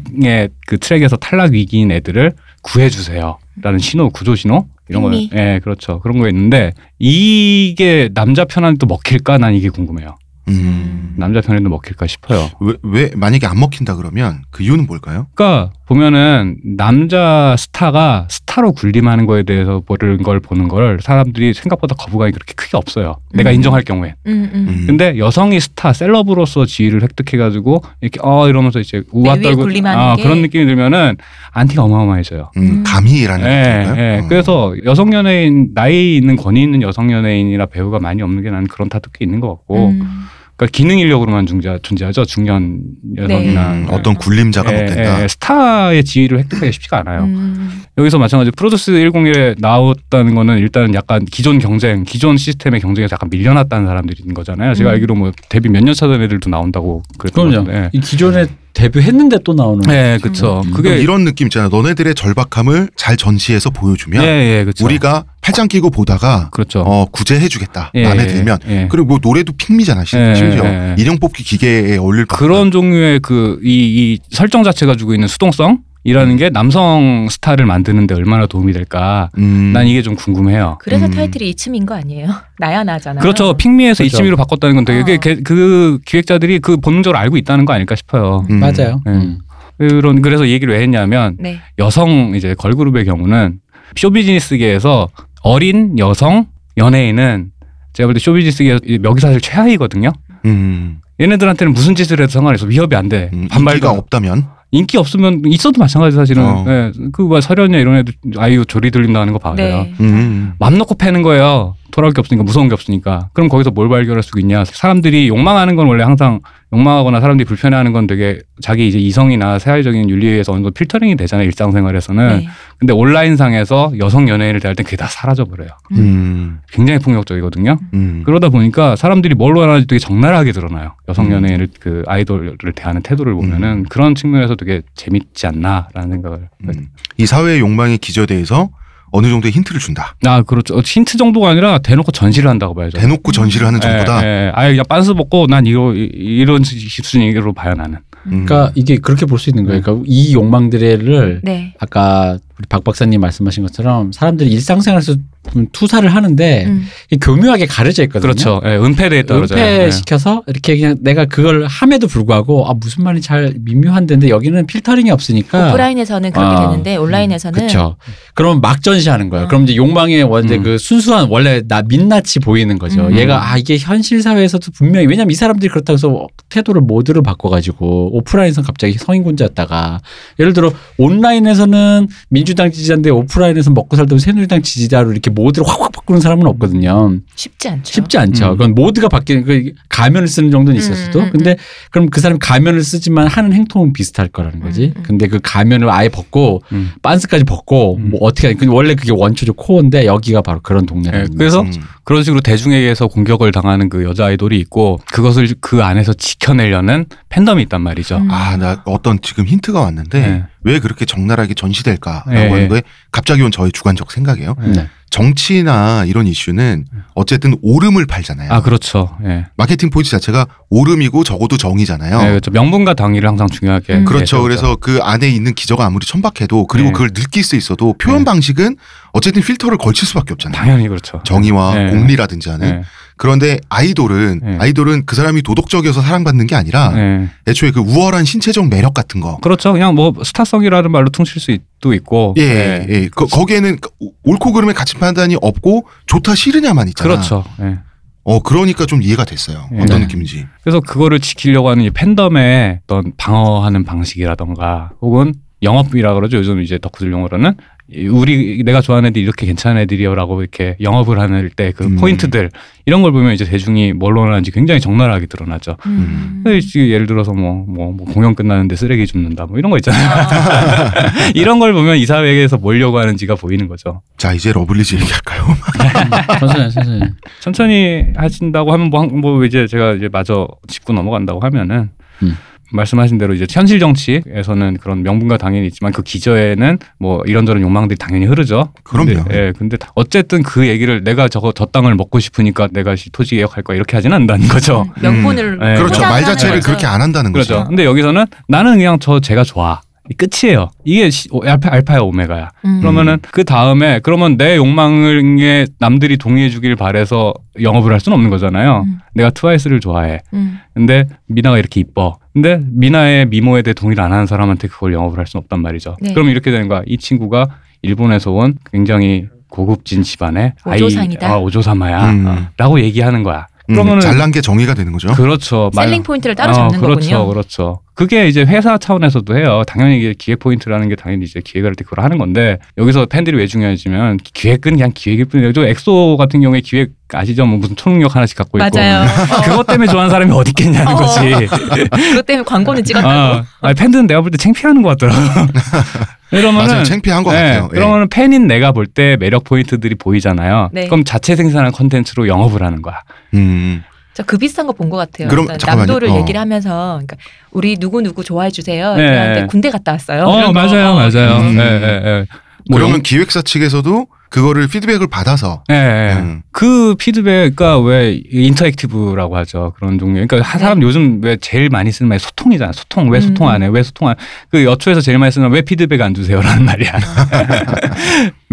그 트랙에서 탈락 위기인 애들을 구해 주세요라는 신호, 구조 신호 이런 거.
핑미.
예, 그렇죠. 그런 거 있는데 이게 남자 편한테 또 먹힐까? 난 이게 궁금해요.
음.
남자 편에도 먹힐까 싶어요.
왜, 왜 만약에 안 먹힌다 그러면 그 이유는 뭘까요?
그러니까
보면은 남자 스타가 스타로 군림하는 거에 대해서 보는 걸 보는 걸 사람들이 생각보다 거부감이 그렇게 크게 없어요. 내가
음.
인정할 경우에.
음, 음.
음.
근데 여성이 스타 셀럽으로서 지위를 획득해가지고 이렇게 어 이러면서 이제 우와
위에
떨고
군림하는
아,
게.
그런 느낌이 들면은 안티가 어마어마해져요.
음, 감히라는
예,
느낌인가요?
예.
어.
그래서 여성 연예인 나이 있는 권위 있는 여성 연예인이나 배우가 많이 없는 게 나는 그런 타도 꽤 있는 것 같고,
음.
그러니까 기능 인력으로만 존재, 존재하죠 중년 여성이나
음,
네.
어떤 굴림자가 못 된다.
예, 예. 스타의 지위를 획득하기가 쉽지가 않아요.
음.
여기서 마찬가지 로 프로듀스 101에 나왔다는 거는 일단은 약간 기존 경쟁, 기존 시스템의 경쟁에서 약간 밀려났다는 사람들인 거잖아요. 제가
음.
알기로 뭐 데뷔 몇 년 차 된 애들도 나온다고 그랬던
그럼요.
건데.
이 기존에
음.
데뷔했는데 또 나오는.
네, 그쵸.
음.
그럼
그게
이런 느낌 있잖아. 너네들의 절박함을 잘 전시해서 보여주면
예, 예, 그쵸.
우리가 팔짱 끼고 보다가
그렇죠.
어, 구제해주겠다.
예,
마음에
예,
들면.
예.
그리고 뭐 노래도 핑미잖아. 시-
예,
심지어
예, 예.
인형 뽑기 기계에 어울릴 것
그런 종류의 그 이 이 설정 자체가 주고 있는 수동성 이라는 게 남성 스타를 만드는데 얼마나 도움이 될까?
같다. 음,
난 이게 좀 궁금해요.
그래서
음.
타이틀이 이츠미인 거 아니에요? 나야 나잖아요.
그렇죠. 핑미에서
그렇죠.
이치미로 바꿨다는 건 되게
어.
그, 그- 그 기획자들이 그 본능적으로 알고 있다는 거 아닐까 싶어요.
음.
맞아요.
음. 그런 그래서 이 얘기를 왜 했냐면
네.
여성 이제 걸그룹의 경우는 쇼비즈니스계에서 어린 여성 연예인은 제가 볼 때 쇼비즈니스계 여기 사실 최하위거든요.
음,
얘네들한테는 무슨 짓을 해도 상관없어 위협이 안 돼.
음,
반발도
인기가
안 돼.
없다면
인기 없으면 있어도 마찬가지 사실은
어.
예, 그뭐 설현이야 이런 애들 아이유 조리 들린다는 거 봐요.
네.
음,
맘 놓고 패는 거예요. 돌아올 게 없으니까 무서운 게 없으니까. 그럼 거기서 뭘 발견할 수 있냐? 사람들이 욕망하는 건 원래 항상 욕망하거나 사람들이 불편해하는 건 되게 자기 이제 이성이나 사회적인 윤리에 의해서 어느 정도 필터링이 되잖아요 일상생활에서는.
네.
근데 온라인상에서 여성 연예인을 대할 땐 그게 다 사라져 버려요.
음,
굉장히 폭력적이거든요.
음.
그러다 보니까 사람들이 뭘 원하는지 되게 적나라하게 드러나요.
음.
여성 연예인을 그 아이돌을 대하는 태도를 보면은 그런 측면에서 되게 재밌지 않나라는 생각을.
음. 이 사회의 욕망의 기저에 대해서 어느 정도의 힌트를 준다.
아 그렇죠. 어, 힌트 정도가 아니라 대놓고 전시를 한다고 봐야죠.
대놓고 전시를 하는 정보다.
예, 예. 아예 그냥 빤스 벗고 난 이거 이- 이런 수준으로 봐요 나는.
음.
그러니까 이게 그렇게 볼 수 있는
음.
거예요. 그러니까 이 욕망들을
네.
아까 우리 박 박사님 말씀하신 것처럼 사람들이 일상생활에서 보면 투사를 하는데
음.
이게 교묘하게 가려져 있거든요.
그렇죠. 예, 은폐돼 있다 그러죠. 예.
은폐시켜서 이렇게 그냥 내가 그걸 함에도 불구하고 아 무슨 말이 잘 미묘한데인데 여기는 필터링이 없으니까
오프라인에서는 그렇게
아.
되는데 온라인에서는
그렇죠. 그럼 막 전시하는 거예요.
어.
그럼 이제 욕망의 원래
음.
그 순수한 원래 나 민낯이 보이는 거죠.
음.
얘가 아 이게 현실 사회에서도 분명히 왜냐면 이 사람들이 그렇다고 해서 태도를 모드로
음.
바꿔가지고 오프라인에서 갑자기 성인군자였다가 예를 들어 온라인에서는 민주당 지지자인데 오프라인에서 먹고 살던 새누리당 지지자로 이렇게 모드를 확확 바꾸는 사람은 없거든요.
쉽지 않죠.
쉽지 않죠.
음.
그건 모드가 바뀌는 그 가면을 쓰는
음,
정도는 있었어도
음, 음.
근데 그럼 그 사람이 가면을 쓰지만 하는 행동은 비슷할 거라는 거지.
음, 음.
근데 그 가면을 아예 벗고
음.
반스까지 벗고
음.
뭐 어떻게 하니? 근데 원래 그게 원초적 코어인데 여기가 바로 그런 동네라는
예,
거죠.
그래서
음.
그런 식으로 대중에게서 공격을 당하는 그 여자 아이돌이 있고 그것을 그 안에서 지켜내려는 팬덤이 있단 말이죠.
음.
아, 나 어떤 지금 힌트가 왔는데
예.
왜 그렇게 적나라하게 전시될까라고
예, 음.
하는
예.
거에 갑자기 온 저의 주관적 생각이에요.
네.
정치나 이런 이슈는 어쨌든 오름을 팔잖아요.
아 그렇죠. 예.
마케팅 포지 자체가 오름이고 적어도 정이잖아요.
예, 그렇죠. 명분과 당위를 항상 중요하게.
음.
그렇죠.
예,
그래서 그 안에 있는 기저가 아무리 천박해도 그리고
네.
그걸 느낄 수 있어도 표현
네.
방식은 어쨌든 필터를 걸칠 수밖에 없잖아요.
당연히 그렇죠.
정의와
네.
공리라든지 하는
예.
그런데 아이돌은
네.
아이돌은 그 사람이 도덕적이어서 사랑받는 게 아니라
예.
애초에 그 우월한 신체적 매력 같은 거
그렇죠. 그냥 뭐 스타성이라는 말로 퉁칠 수도 있고.
예,
예.
예. 거, 거기에는 그 옳고 그름의 가치 판단이 없고 좋다 싫으냐만 있잖아.
그렇죠. 예.
어, 그러니까 좀 이해가 됐어요.
예.
어떤
네.
느낌인지.
그래서 그거를 지키려고 하는 이 팬덤의 어떤 방어하는 방식이라던가 혹은 영업이라 그러죠. 요즘 이제 덕후들 용어로는 이 우리 내가 좋아하는 애들이 이렇게 괜찮은 애들이요라고 이렇게 영업을 하는 때 그
음.
포인트들 이런 걸 보면 이제 대중이 뭘 원하는지 굉장히 적나라하게 드러나죠.
음.
근데 지금 예를 들어서 뭐 뭐 공연 끝나는데 쓰레기 줍는다 뭐 이런 거 있잖아요.
음.
이런 걸 보면 이 사회에서 뭘려고 하는지가 보이는 거죠.
자, 이제 러블리즈 얘기할까요?
네.
천천히 천천히.
천천히 하신다고 하면 뭐, 한- 뭐 이제 제가 이제 마저 짚고 넘어간다고 하면은
음.
말씀하신 대로 이제 현실 정치에서는 그런 명분과 당연히 있지만 그 기저에는 뭐 이런저런 욕망들이 당연히 흐르죠.
그럼요.
네.
근데, 예, 근데 어쨌든 그 얘기를 내가 저거 저 땅을 먹고 싶으니까 내가 시- 토지 개혁할 거야 이렇게 하지는 않는다는 거죠.
명분을
예.
그렇죠.
포장을
말
하는
자체를
거죠.
그렇게 안 한다는
그렇죠.
거죠.
근데 여기서는 나는 그냥 저 제가 좋아.
끝이에요. 이게 시- 오- 알파, 알파야 오메가야.
음.
그러면은 그 다음에 그러면 내 욕망에 남들이 동의해 주길 바래서 영업을 할 수는 없는 거잖아요.
음.
내가 트와이스를 좋아해.
음.
근데 미나가 이렇게 이뻐. 근데 미나의 미모에 대해 동의를 안 하는 사람한테 그걸 영업을 할 수는 없단 말이죠.
네.
그럼 이렇게 되는 거야. 이 친구가 일본에서 온 굉장히 고급진 집안의 아이-
오조상이다.
아, 오조사마야.
음. 어?
어, 라고 얘기하는 거야.
음,
그러면은
잘난 게 정의가 되는 거죠.
그렇죠. 말-
셀링 포인트를 따로잡는
어, 그렇죠,
거군요.
그렇죠. 그게 이제 회사 차원에서도 해요. 당연히 이게 기획 포인트라는 게 당연히 이제 기획할 때 그걸 하는 건데 여기서 팬들이 왜 중요하지만 기획은 그냥 기획일 뿐이에요. 저 엑소 같은 경우에 기획 아시죠? 뭐 무슨 초능력 하나씩 갖고 있고
맞아요.
그것 때문에 좋아하는 사람이 어디 있겠냐는
어.
거지.
그것 때문에 광고는 찍었다고.
아, 아니, 팬들은 내가 볼 때 창피하는 것 같더라고. 이러면은
맞아요. 창피한 것
네,
같아요. 예.
그러면 은 팬인 내가 볼 때 매력 포인트들이 보이잖아요.
네.
그럼 자체 생산한 컨텐츠로 영업을 하는 거야.
음.
저 그 비싼 거 본 것 같아요.
그럼,
그러니까
잠깐만요.
남도를
어.
얘기를 하면서 그러니까 우리 누구 누구 좋아해 주세요.
네.
그런데 군대 갔다 왔어요. 이런 거. 어.
맞아요.
음.
예, 예, 예. 뭐
그러면 기획사 측에서도 그거를 피드백을 받아서
예, 예.
음.
그 피드백과 왜 인터액티브라고 하죠. 그런 종류. 그러니까 하- 사람
네.
요즘 왜 제일 많이 쓰는 말이 소통이잖아. 소통. 왜 소통 안 해? 왜 소통 안 해? 그 여초에서 제일 많이 쓰는 말왜 피드백 안 주세요라는 말이야.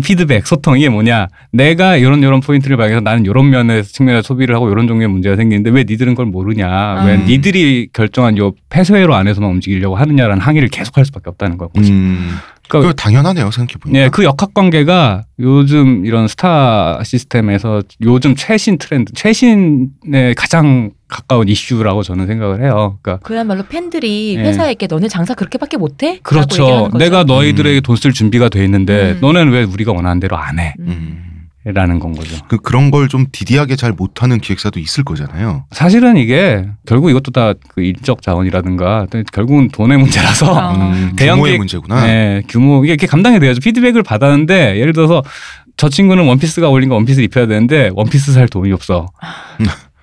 피드백, 소통 이게 뭐냐? 내가 이런 이런 포인트를 발견해서 나는 이런 면의 측면에 소비를 하고 이런 종류의 문제가 생기는데 왜 니들은 그걸 모르냐? 왜
음.
그러니까 니들이 결정한 요 폐쇄로 안에서만 움직이려고 하느냐라는 항의를 계속할 수밖에 없다는 거고.
음.
그러니까
그거 당연하네요. 생각해 보니까.
예, 그 역학 관계가 요즘 이런 스타 시스템에서 요즘 최신 트렌드, 최신에 가장 가까운 이슈라고 저는 생각을 해요. 그러니까
그야말로 팬들이
네.
회사에게 너네 장사 그렇게밖에 못해? 라고
그렇죠.
얘기하는 거죠.
내가
음.
너희들에게 돈 쓸 준비가 돼 있는데
음.
너네는 왜 우리가 원하는 대로 안 해?
음.
라는 건 거죠.
그 그런 걸 좀 디디하게 잘 못하는 기획사도 있을 거잖아요.
사실은 이게 결국 이것도 다 그 인적 자원이라든가 결국은 돈의 문제라서
어.
음,
아, 대형
규모의
기획-
문제구나.
네, 규모 이게 이렇게 감당이 돼야죠. 피드백을 받았는데 예를 들어서 저 친구는 원피스가 올린 거 원피스 입혀야 되는데 원피스 살 돈이 없어.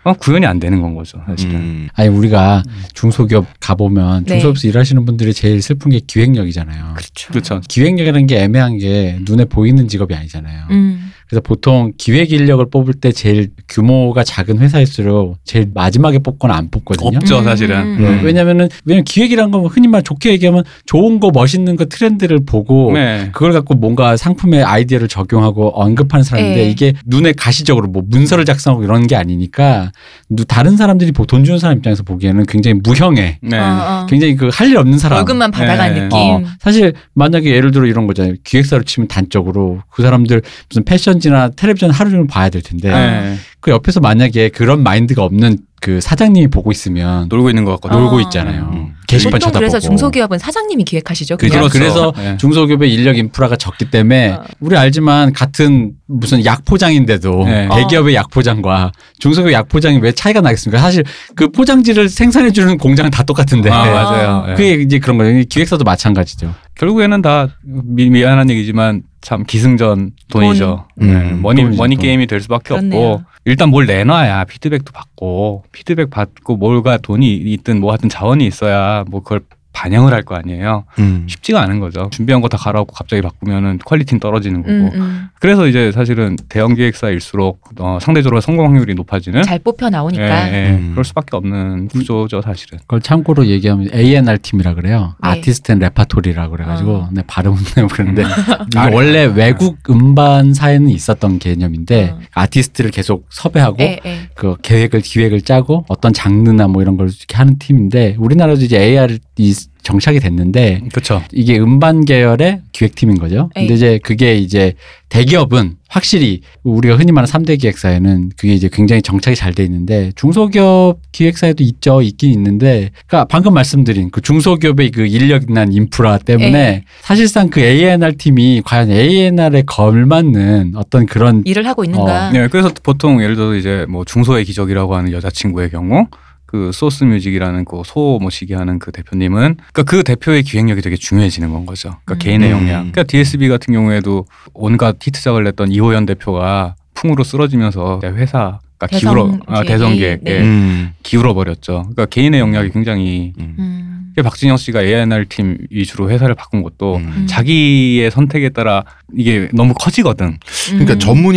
어, 구현이 안 되는 건 거죠. 사실은.
음.
아니 우리가 중소기업 가보면
네.
중소기업에서 일하시는 분들이 제일 슬픈 게 기획력이잖아요.
그렇죠.
그렇죠.
기획력이라는 게 애매한 게 눈에 보이는 직업이 아니잖아요.
음.
그래서 보통 기획 인력을 뽑을 때 제일 규모가 작은 회사일수록 제일 마지막에 뽑거나 안 뽑거든요. 네.
없죠,
음.
사실은.
음.
왜냐면은 왜냐면 기획이란 건 흔히 말 좋게 얘기하면 좋은 거 멋있는 거 트렌드를 보고
네.
그걸 갖고 뭔가 상품의 아이디어를 적용하고 언급하는 사람인데
예.
이게 눈에 가시적으로 뭐 문서를 작성하고 이런 게 아니니까 누- 다른 사람들이 보- 돈 주는 사람 입장에서 보기에는 굉장히 무형해
네.
어, 어.
굉장히 그 할 일 없는 사람
월급만 받아간
네.
느낌.
어, 사실 만약에 예를 들어 이런 거잖아요 기획사로 치면 단적으로 그 사람들 무슨 패션지나 텔레비전 하루 종일 봐야 될 텐데
네.
그 옆에서 만약에 그런 마인드가 없는 그 사장님이 보고 있으면
놀고 있는 것 같거든요.
어.
놀고 있잖아요
음.
게시판
보통
쳐다보고
그래서 중소기업은 사장님이 기획하시죠.
그죠.
그냥? 그렇죠.
그래서
네.
중소기업의 인력 인프라가 적기 때문에
어.
우리 알지만 같은 무슨 약포장인데도
네.
대기업의 약포장과 중소기업 약포장이 왜 차이가 나겠습니까? 사실 그 포장지를 생산해 주는 공장은 다 똑같은데
아, 맞아요. 네.
그게 이제 그런 거예요. 기획사도 마찬가지죠.
결국에는 다 미, 미안한 얘기지만 참 기승전 돈이죠.
돈.
네.
음,
머니
돈이죠,
머니
돈.
게임이 될 수밖에 없고
그렇네요.
일단 뭘 내놔야 피드백도 받고 피드백 받고 뭘가 돈이 있든 뭐 하든 자원이 있어야 뭐 그걸 반영을 할 거 아니에요.
음.
쉽지가 않은 거죠. 준비한 거 다 갈아엎고 갑자기 바꾸면은 퀄리티는 떨어지는 거고.
뭐.
음, 음.
그래서 이제 사실은 대형 기획사일수록 어, 상대적으로 성공 확률이
네?
높아지는
잘 뽑혀 나오니까.
예, 예.
음.
그럴 수밖에 없는 구조죠, 사실은.
그걸 참고로 얘기하면 A&R 팀이라 그래요.
네.
아티스트 앤 레파토리라 그래가지고
어.
네, 발음은 그런데 이게
아,
원래 외국 음반 사에는 있었던 개념인데
어.
아티스트를 계속 섭외하고
예, 예.
그 계획을 기획을 짜고 어떤 장르나 뭐 이런 걸 이렇게 하는 팀인데 우리나라도 이제 AR이 정착이 됐는데
그렇죠.
이게 음반 계열의 기획팀인 거죠. 근데
에이.
이제 그게 이제 대기업은 확실히 우리가 흔히 말하는 3대 기획사에는 그게 이제 굉장히 정착이 잘 돼 있는데 중소기업 기획사에도 있죠. 있긴 있는데 그러니까 방금 말씀드린 그 중소기업의 그 인력난 인프라 때문에 사실상 그 A&R 팀이 과연 A&R에 걸맞는 어떤 그런
일을 하고 있는가.
네, 그래서 보통 예를 들어서 이제 뭐 중소의 기적이라고 하는 여자친구의 경우 그 소스 뮤직이라는 그 소 모시기 하는 그 대표님은 그러니까 그 대표의 기획력이 되게 중요해지는 건 거죠. 그러니까
음.
음.
개인의 역량. 그러니까 DSB 같은 경우에도 온갖 히트작을 냈던 이호연 대표가 풍으로 쓰러지면서 회사가
대성
기울어 아,
기획이,
대성 기획
네.
예,
음.
기울어 버렸죠. 그러니까 개인의 역량이 굉장히
음.
음.
그러니까 박진영 씨가 A&R 팀 위주로 회사를 바꾼 것도
음.
자기의 선택에 따라 이게 너무 커지거든.
그러니까
음.
전문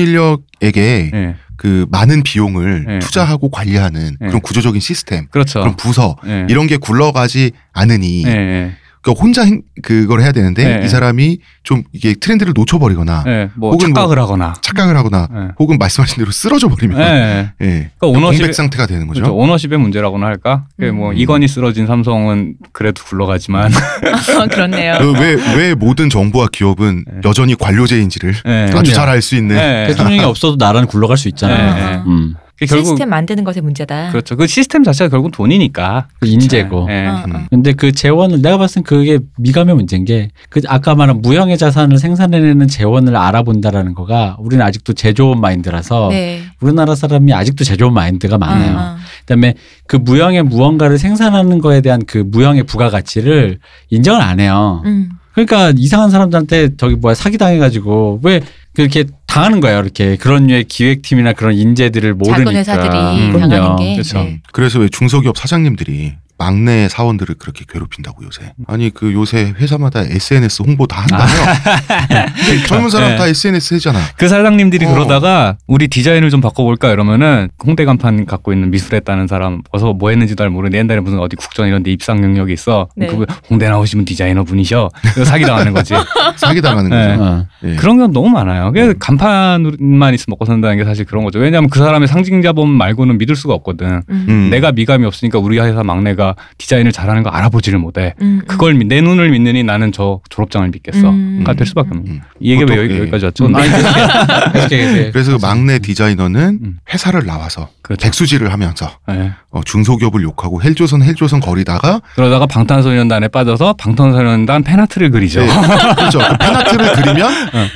인력에게
예,
그 많은 비용을
네.
투자하고 관리하는
네.
그러니까.
그런 구조적인 시스템,
그렇죠.
그런 부서
예.
이런 게 굴러가지 않으니
예, 예.
그러니까 혼자 행- 그걸 해야 되는데
네.
이 사람이 좀 이게 트렌드를 놓쳐버리거나
예, 뭐
혹은
착각을 하거나.
착각을 하거나
예.
혹은 말씀하신 대로 쓰러져 버리면
예.
예.
그러니까 오너십의
공백 상태가 되는 거죠.
그렇죠. 오너십의 문제라고나 할까? 그게 뭐
음.
이건이 쓰러진 삼성은 그래도 굴러가지만
어, 그렇네요.
왜 왜 모든 정부와 기업은
네.
여전히 관료제인지를
예.
아주
그럼요.
잘 알 수 있는
예.
대통령이 없어도 나라는 굴러갈 수
네.
있잖아요.
예, 예.
음.
그게 결국
그 어. 시스템 만드는 것의 문제다.
그렇죠. 그 시스템 자체가 결국 돈이니까.
그 인재고.
예.
어, 어.
근데 그 재원을 내가 봤을 땐 그게 미감의 문제인 게 그 아까 말한 무형의 자산을 생산해내는 재원을 알아본다라는 거가 우리는 아직도 제조업 마인드라서
네.
우리나라 사람이 아직도 제조업 마인드가 많아요.
어, 어.
그다음에 그 무형의 무언가를 생산하는 거에 대한 그 무형의 부가가치를 인정을 안 해요.
음.
그러니까 이상한 사람들한테 저기 뭐야 사기 당해가지고 왜 그렇게 당하는 거예요 이렇게 그런 류의 기획팀이나 그런 인재들을 모르니까 음,
작은 회사들이
그럼요.
당하는 게.
그렇죠.
네.
그래서 왜 중소기업 사장님들이 막내 사원들을 그렇게 괴롭힌다고 요새 아니 그 요새 회사마다 SNS 홍보 다 한다며 젊은 사람
네.
다 SNS 해잖아
그 사장님들이
어.
그러다가 우리 디자인을 좀 바꿔볼까 이러면은 홍대 간판 갖고 있는 미술했다는 사람 어서 뭐 했는지도 잘 모르는데 옛날에 무슨 어디 국전 이런 데 입상 경력이 있어
네.
그분 홍대 나오시면 디자이너 분이셔 그래서 사기당하는 거지
네.
사기당하는 거죠.
어.
예.
그런 건 너무 많아요 그래서 간판만 있으면 먹고 산다는 게 사실 그런 거죠 왜냐하면 그 사람의 상징 자본 말고는 믿을 수가 없거든
음.
음.
내가 미감이 없으니까 우리 회사 막내가 디자인을 잘하는 거 알아보지를 못해
음, 음.
그걸 믿- 내 눈을 믿느니 나는 저 졸업장을 믿겠어
음.
가 될 수밖에 없는
음.
이 얘기 왜
보통,
여기,
예.
여기까지 왔죠
아니, 계속 계속
그래서 그 막내 디자이너는
음.
회사를 나와서
그렇죠.
백수질을 하면서
예.
어, 중소기업을 욕하고 헬조선 헬조선 거리다가
그러다가 방탄소년단에 빠져서 방탄소년단 팬아트를 그리죠. 어.
네. 그렇죠. 그 페나트를 그리면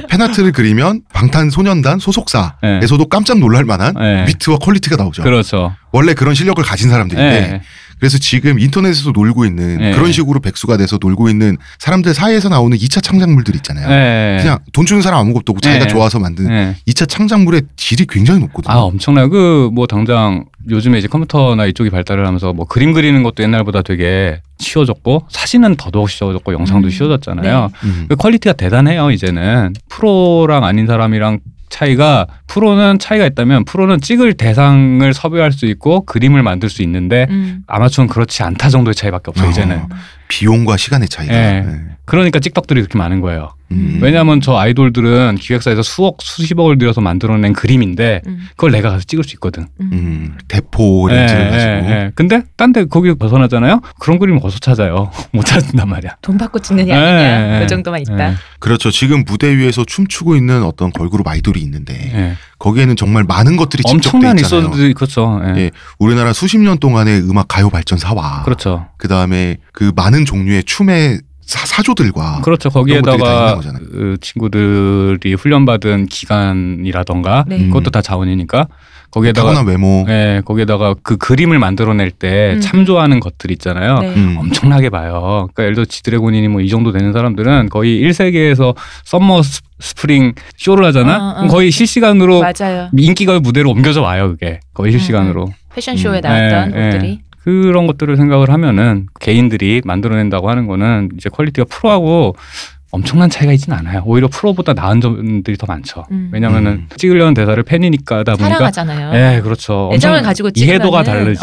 페나트를 그리면 방탄소년단 소속사에서도 깜짝 놀랄 만한
네.
위트와 퀄리티가 나오죠.
예. 그렇죠.
원래 그런 실력을 가진 사람들인데
네.
예.
그래서 지금 인터넷에서 놀고 있는
네.
그런 식으로 백수가 돼서 놀고 있는 사람들 사이에서 나오는 2차 창작물들 있잖아요.
예.
그냥 돈 주는 사람 아무것도 없고 자기가
네.
좋아서 만드는
예.
2차 창작물의 질이 굉장히 높거든요.
아 엄청나요. 그 뭐 당장 요즘에 이제 컴퓨터나 이쪽이 발달을 하면서 뭐 그림 그리는 것도 옛날보다 되게 쉬워졌고 사진은 더더욱 쉬워졌고 영상도
음.
쉬워졌잖아요.
음.
그 퀄리티가 대단해요 이제는 프로랑 아닌 사람이랑 차이가 프로는 차이가 있다면 프로는 찍을 대상을 섭외할 수 있고 그림을 만들 수 있는데
음.
아마추어는 그렇지 않다 정도의 차이밖에 없어 요 이제는.
어. 비용과 시간의 차이다.
네.
네.
그러니까 찍덕들이 그렇게 많은 거예요.
음.
왜냐하면 저 아이돌들은 기획사에서 수억 수십억을 들여서 만들어낸 그림인데
음.
그걸 내가 가서 찍을 수 있거든.
음, 대포 렌즈를
예,
가지고
예, 예. 근데 딴 데 거기 벗어나잖아요. 그런 그림 어디서 찾아요? 못 찾는단 말이야.
돈 받고 찍느냐
예,
아니냐
예,
그 정도만 있다.
예,
그렇죠. 지금 무대 위에서 춤추고 있는 어떤 걸그룹 아이돌이 있는데
예.
거기에는 정말 많은 것들이 집적돼
엄청난
있잖아요.
에피소드들이 그렇죠. 예.
예. 우리나라 수십 년 동안의 음악 가요 발전사와
그렇죠.
그다음에 그 많은 종류의 춤의 사, 사조들과
그렇죠.
그런 것들이 다 있는
거기에다가
거잖아요.
그 친구들이 훈련받은 기간이라던가
네.
음.
그것도 다 자원이니까 거기에다가
타고난 외모
예, 거기에다가 그 그림을 만들어낼 때
음.
참조하는 것들 있잖아요.
네.
음.
엄청나게 봐요. 그러니까 예를 들어 지드래곤이니 뭐 이 정도 되는 사람들은 거의 1세계에서 썸머 스- 스프링 쇼를 하잖아.
어, 어.
그럼 거의 실시간으로
맞아요. 음,
인기가 무대로 옮겨져 와요. 그게 거의 실시간으로.
패션쇼에
음.
나왔던
예, 예.
옷들이.
그런 것들을 생각을 하면은 개인들이 만들어낸다고 하는 거는 이제 퀄리티가 프로하고 엄청난 차이가 있진 않아요. 오히려 프로보다 나은 점들이 더 많죠.
음.
왜냐면은
음.
찍으려는 대사를 팬이니까다 보니까
사랑하잖아요.
예, 그렇죠.
애정을
엄청
가지고 찍으면
이해도가 다르지.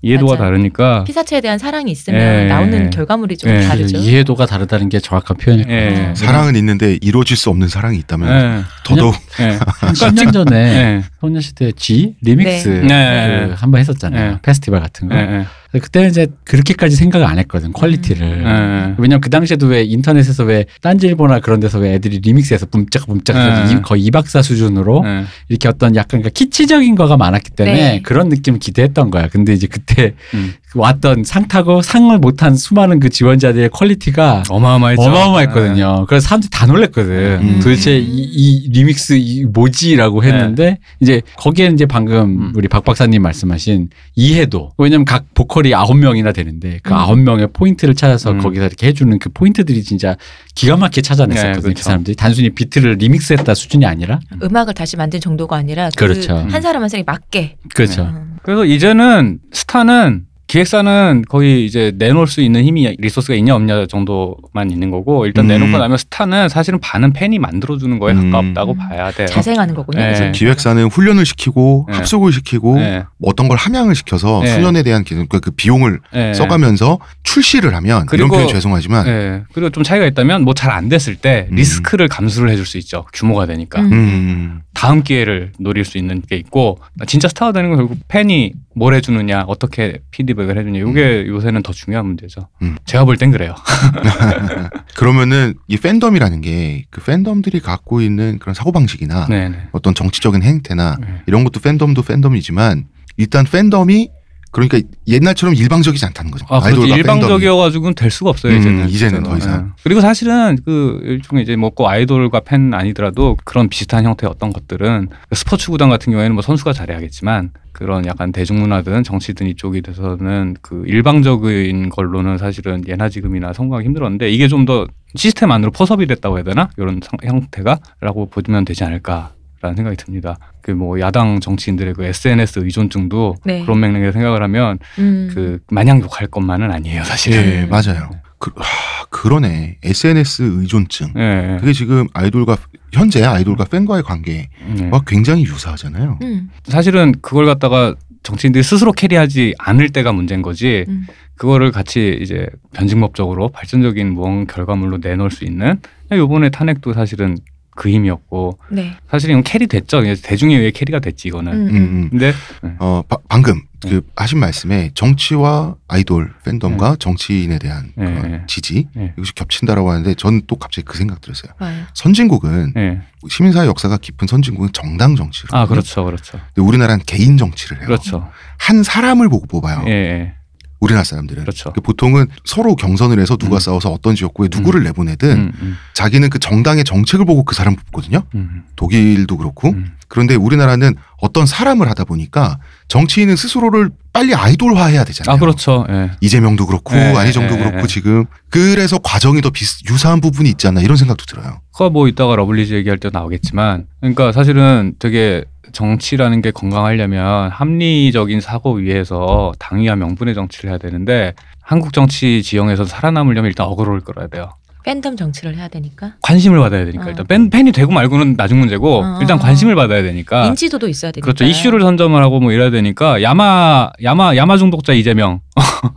이해도가
맞아.
다르니까
피사체에 대한 사랑이 있으면
예,
나오는
예.
결과물이 좀
예.
다르죠.
이해도가 다르다는 게 정확한 표현일 거예요.
예.
사랑은 있는데 이루어질 수 없는 사랑이 있다면
예.
더더욱
예.
한 10년 전에
예.
소녀시대 G 리믹스
네.
네.
그 한번 했었잖아요.
네.
페스티벌 같은 거.
예.
근데 그때는 이제 그렇게까지 생각을 안 했거든
음.
퀄리티를.
예.
왜냐면 그 당시에도 왜 인터넷에서 왜 딴지일보나 그런 데서 왜 애들이 리믹스해서 붐짝붐짝 해서
네.
이- 거의 이박사 수준으로
예.
이렇게 어떤 약간 그 키치적인 거가 많았기 때문에
네.
그런 느낌을 기대했던 거야. 근데 이제 그때
음.
그 왔던 상 타고 상을 못한 수많은 그 지원자들의 퀄리티가
어마어마했죠. 네.
어마어마했거든요. 그래서 사람들이 다 놀랬거든.
음.
도대체 이, 이 리믹스 이 뭐지라고 했는데 이제 거기에 이제 방금
음.
우리 박 박사님 말씀하신 이해도 왜냐면 각 보컬이 아홉 명이나 되는데 그
음.
아홉 명의 포인트를 찾아서
음.
거기서 이렇게 해주는 그 포인트들이 진짜 기가 막히게 찾아냈었거든요.
네,
그
그렇죠.
사람들이 단순히 비트를 리믹스했다 수준이 아니라
음악을 다시 만든 정도가 아니라 그
음.
그렇죠.
한 사람 한 사람이 맞게.
그렇죠.
음.
그래서 이제는 스타는 기획사는 거의 이제 내놓을 수 있는 힘이 리소스가 있냐 없냐 정도만 있는 거고 일단
음.
내놓고 나면 스타는 사실은 반은 팬이 만들어주는 거에
음.
가깝다고
음.
봐야 돼요.
자생하는 거군요.
네.
이제.
기획사는 훈련을 시키고
네.
합숙을 시키고
네,
뭐 어떤 걸 함양을 시켜서
네.
수련에 대한 기- 그그 비용을
네.
써가면서 출시를 하면 이런
그리고-
표현 죄송하지만
예. 그리고 좀 차이가 있다면 뭐 잘 안 됐을 때
음.
리스크를 감수를 해줄 수 있죠. 규모가 되니까.
음.
음,
다음 기회를 노릴 수 있는 게 있고 진짜 스타가 되는 건 결국 팬이 뭘 해주느냐 어떻게 피드백을 해주냐 이게 요새는 더 중요한 문제죠.
음.
제가 볼 땐 그래요.
그러면은 이 팬덤이라는 게 그 팬덤들이 갖고 있는 그런 사고 방식이나
네네.
어떤 정치적인 행태나
네.
이런 것도 팬덤도 팬덤이지만 일단 팬덤이 그러니까 옛날처럼 일방적이지 않다는 거죠.
아, 그렇죠.
아이돌과
일방적이어가지고는 될 수가 없어요,
음,
이제는.
이제는 더
실제로.
이상.
예. 그리고 사실은 그 일종의 이제 뭐꼭 아이돌과 팬 아니더라도 그런 비슷한 형태의 어떤 것들은 그 스포츠 구단 같은 경우에는 뭐 선수가 잘해야겠지만 그런 약간 대중문화든 정치든 이쪽이 돼서는 그 일방적인 걸로는 사실은 예나 지금이나 성공하기 힘들었는데 이게 좀 더 시스템 안으로 포섭이 됐다고 해야 되나? 이런 상- 형태가라고 보면 되지 않을까. 라는 생각이 듭니다. 그 뭐 야당 정치인들의 그 SNS 의존증도
네.
그런 맥락에서 생각을 하면
음.
그 마냥 욕할 것만은 아니에요 사실.
팬덤이. 예, 맞아요.
네.
그, 하, 그러네. SNS 의존증.
음.
예, 예.
그게 지금 아이돌과 현재 아이돌과 팬과의 관계와
예.
굉장히 유사하잖아요.
음.
사실은 그걸 갖다가 정치인들이 스스로 캐리하지 않을 때가 문제인 거지.
음.
그거를 같이 이제 변증법적으로 발전적인 무언 결과물로 내놓을 수 있는. 요번에 탄핵도 사실은 그 힘이었고
네.
사실은 이건 캐리 됐죠. 이제 대중에 의해 캐리가 됐지 이거는.
음.
음, 음.
근데
어 바- 방금 그 하신 말씀에 정치와 아이돌 팬덤과 정치인에 대한
네,
그런
네.
지지
네.
이것이 겹친다라고 하는데 저는 또 갑자기 그 생각 들었어요.
맞아요.
선진국은
예.
시민사회 역사가 깊은 선진국은 정당 정치로.
아 그렇죠, 그렇죠,
근데 우리나라는 개인 정치를 해요.
어.
그렇죠.
한 사람을 보고 뽑아요.
예, 예.
우리나라 사람들은.
그렇죠.
그 보통은 서로 경선을 해서 누가
음.
싸워서 어떤 지역구에 누구를 내보내든
음, 음,
자기는 그 정당의 정책을 보고 그 사람 뽑거든요.
음,
독일도 그렇고.
음.
그런데 우리나라는 어떤 사람을 하다 보니까 정치인은 스스로를 빨리 아이돌화해야 되잖아요.
아 그렇죠. 예.
이재명도 그렇고
예,
안희정도
예,
그렇고
예.
지금 그래서 과정이 더 비슷 유사한 부분이 있지 않나 이런 생각도 들어요.
그거 뭐 이따가 러블리즈 얘기할 때 나오겠지만 그러니까 사실은 되게 정치라는 게 건강하려면 합리적인 사고 위에서 당위와 명분의 정치를 해야 되는데 한국 정치 지형에서 살아남으려면 일단 어그로를 끌어야 돼요.
팬덤 정치를 해야 되니까
관심을 받아야 되니까 일단 팬, 팬이 되고 말고는 나중 문제고
어.
일단 관심을 받아야 되니까
인지도도 있어야 되니까.
그렇죠. 이슈를 선점을 하고 뭐 이래야 되니까 야마 야마 야마 중독자 이재명.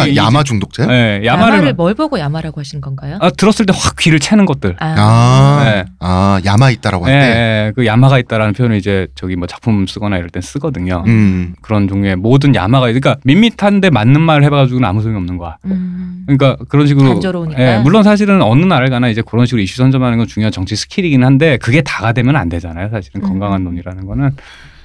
이게
야마 중독자요?
예,
야마를,
야마를
뭘 보고 야마라고 하신 건가요?
아, 들었을 때 확 귀를 채는 것들.
아,
네.
아 야마 있다라고 할 때.
예, 예, 그 야마가 있다라는 표현을 이제 저기 뭐 작품 쓰거나 이럴 땐 쓰거든요.
음.
그런 종류의 모든 야마가 그러니까 밋밋한데 맞는 말을 해봐가지고는 아무 소용이 없는 거야.
음.
그러니까 그런 식으로
단조로우니까.
예, 물론 사실은 어느 나라를 가나 이제 그런 식으로 이슈 선점하는 건 중요한 정치 스킬이긴 한데 그게 다가 되면 안 되잖아요. 사실은
음.
건강한 논이라는 거는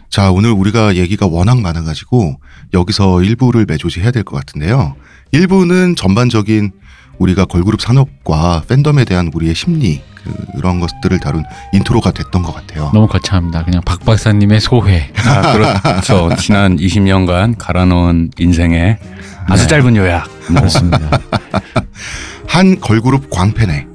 자, 오늘 우리가 얘기가 워낙 많아가지고 여기서 일부를 매조시해야 될 것 같은데요. 일부는 전반적인 우리가 걸그룹 산업과 팬덤에 대한 우리의 심리 그- 그런 것들을 다룬 인트로가 됐던 것 같아요.
네.
너무 거창합니다. 그냥 박 박사님의 소회.
아, 그렇죠. 지난 20년간 갈아놓은 인생의 아주 짧은 요약.
그렇습니다.
한 걸그룹 광팬의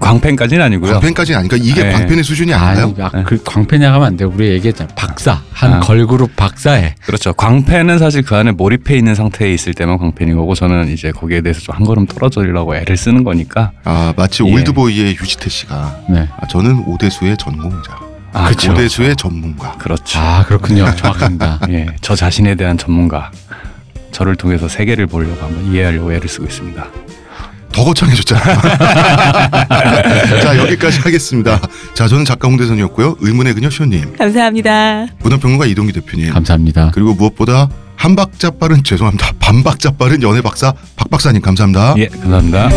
광팬까지는 아니고요.
광팬까지는 아니니까 이게
네.
광팬의 수준이 아닌가요?
아니, 아, 그 광팬이라면 안 돼요. 우리 얘기했잖아. 요 박사 한
아.
걸그룹 박사에
그렇죠. 광팬은 사실 그 안에 몰입해 있는 상태에 있을 때만 광팬인 거고 저는 이제 거기에 대해서 좀 한 걸음 떨어지려고 애를 쓰는 거니까.
아, 마치
예.
올드보이의 유지태 씨가
네.
아, 저는 오대수의 전공자,
아,
그쵸.
그렇죠.
오대수의 전문가.
그렇죠.
아 그렇군요. 정확합니다.
예, 저 자신에 대한 전문가. 저를 통해서 세계를 보려고 한번 이해하려고 애를 쓰고 있습니다.
더 거창해졌잖아요. 자, 여기까지 하겠습니다. 자, 저는 작가 홍대선이었고요. 의문의 그녀 시호님,
감사합니다.
문화평론가 이동기 대표님,
감사합니다.
그리고 무엇보다 한 박자 빠른 죄송합니다. 반 박자 빠른 연애 박사 박 박사님 감사합니다.
예, 감사합니다.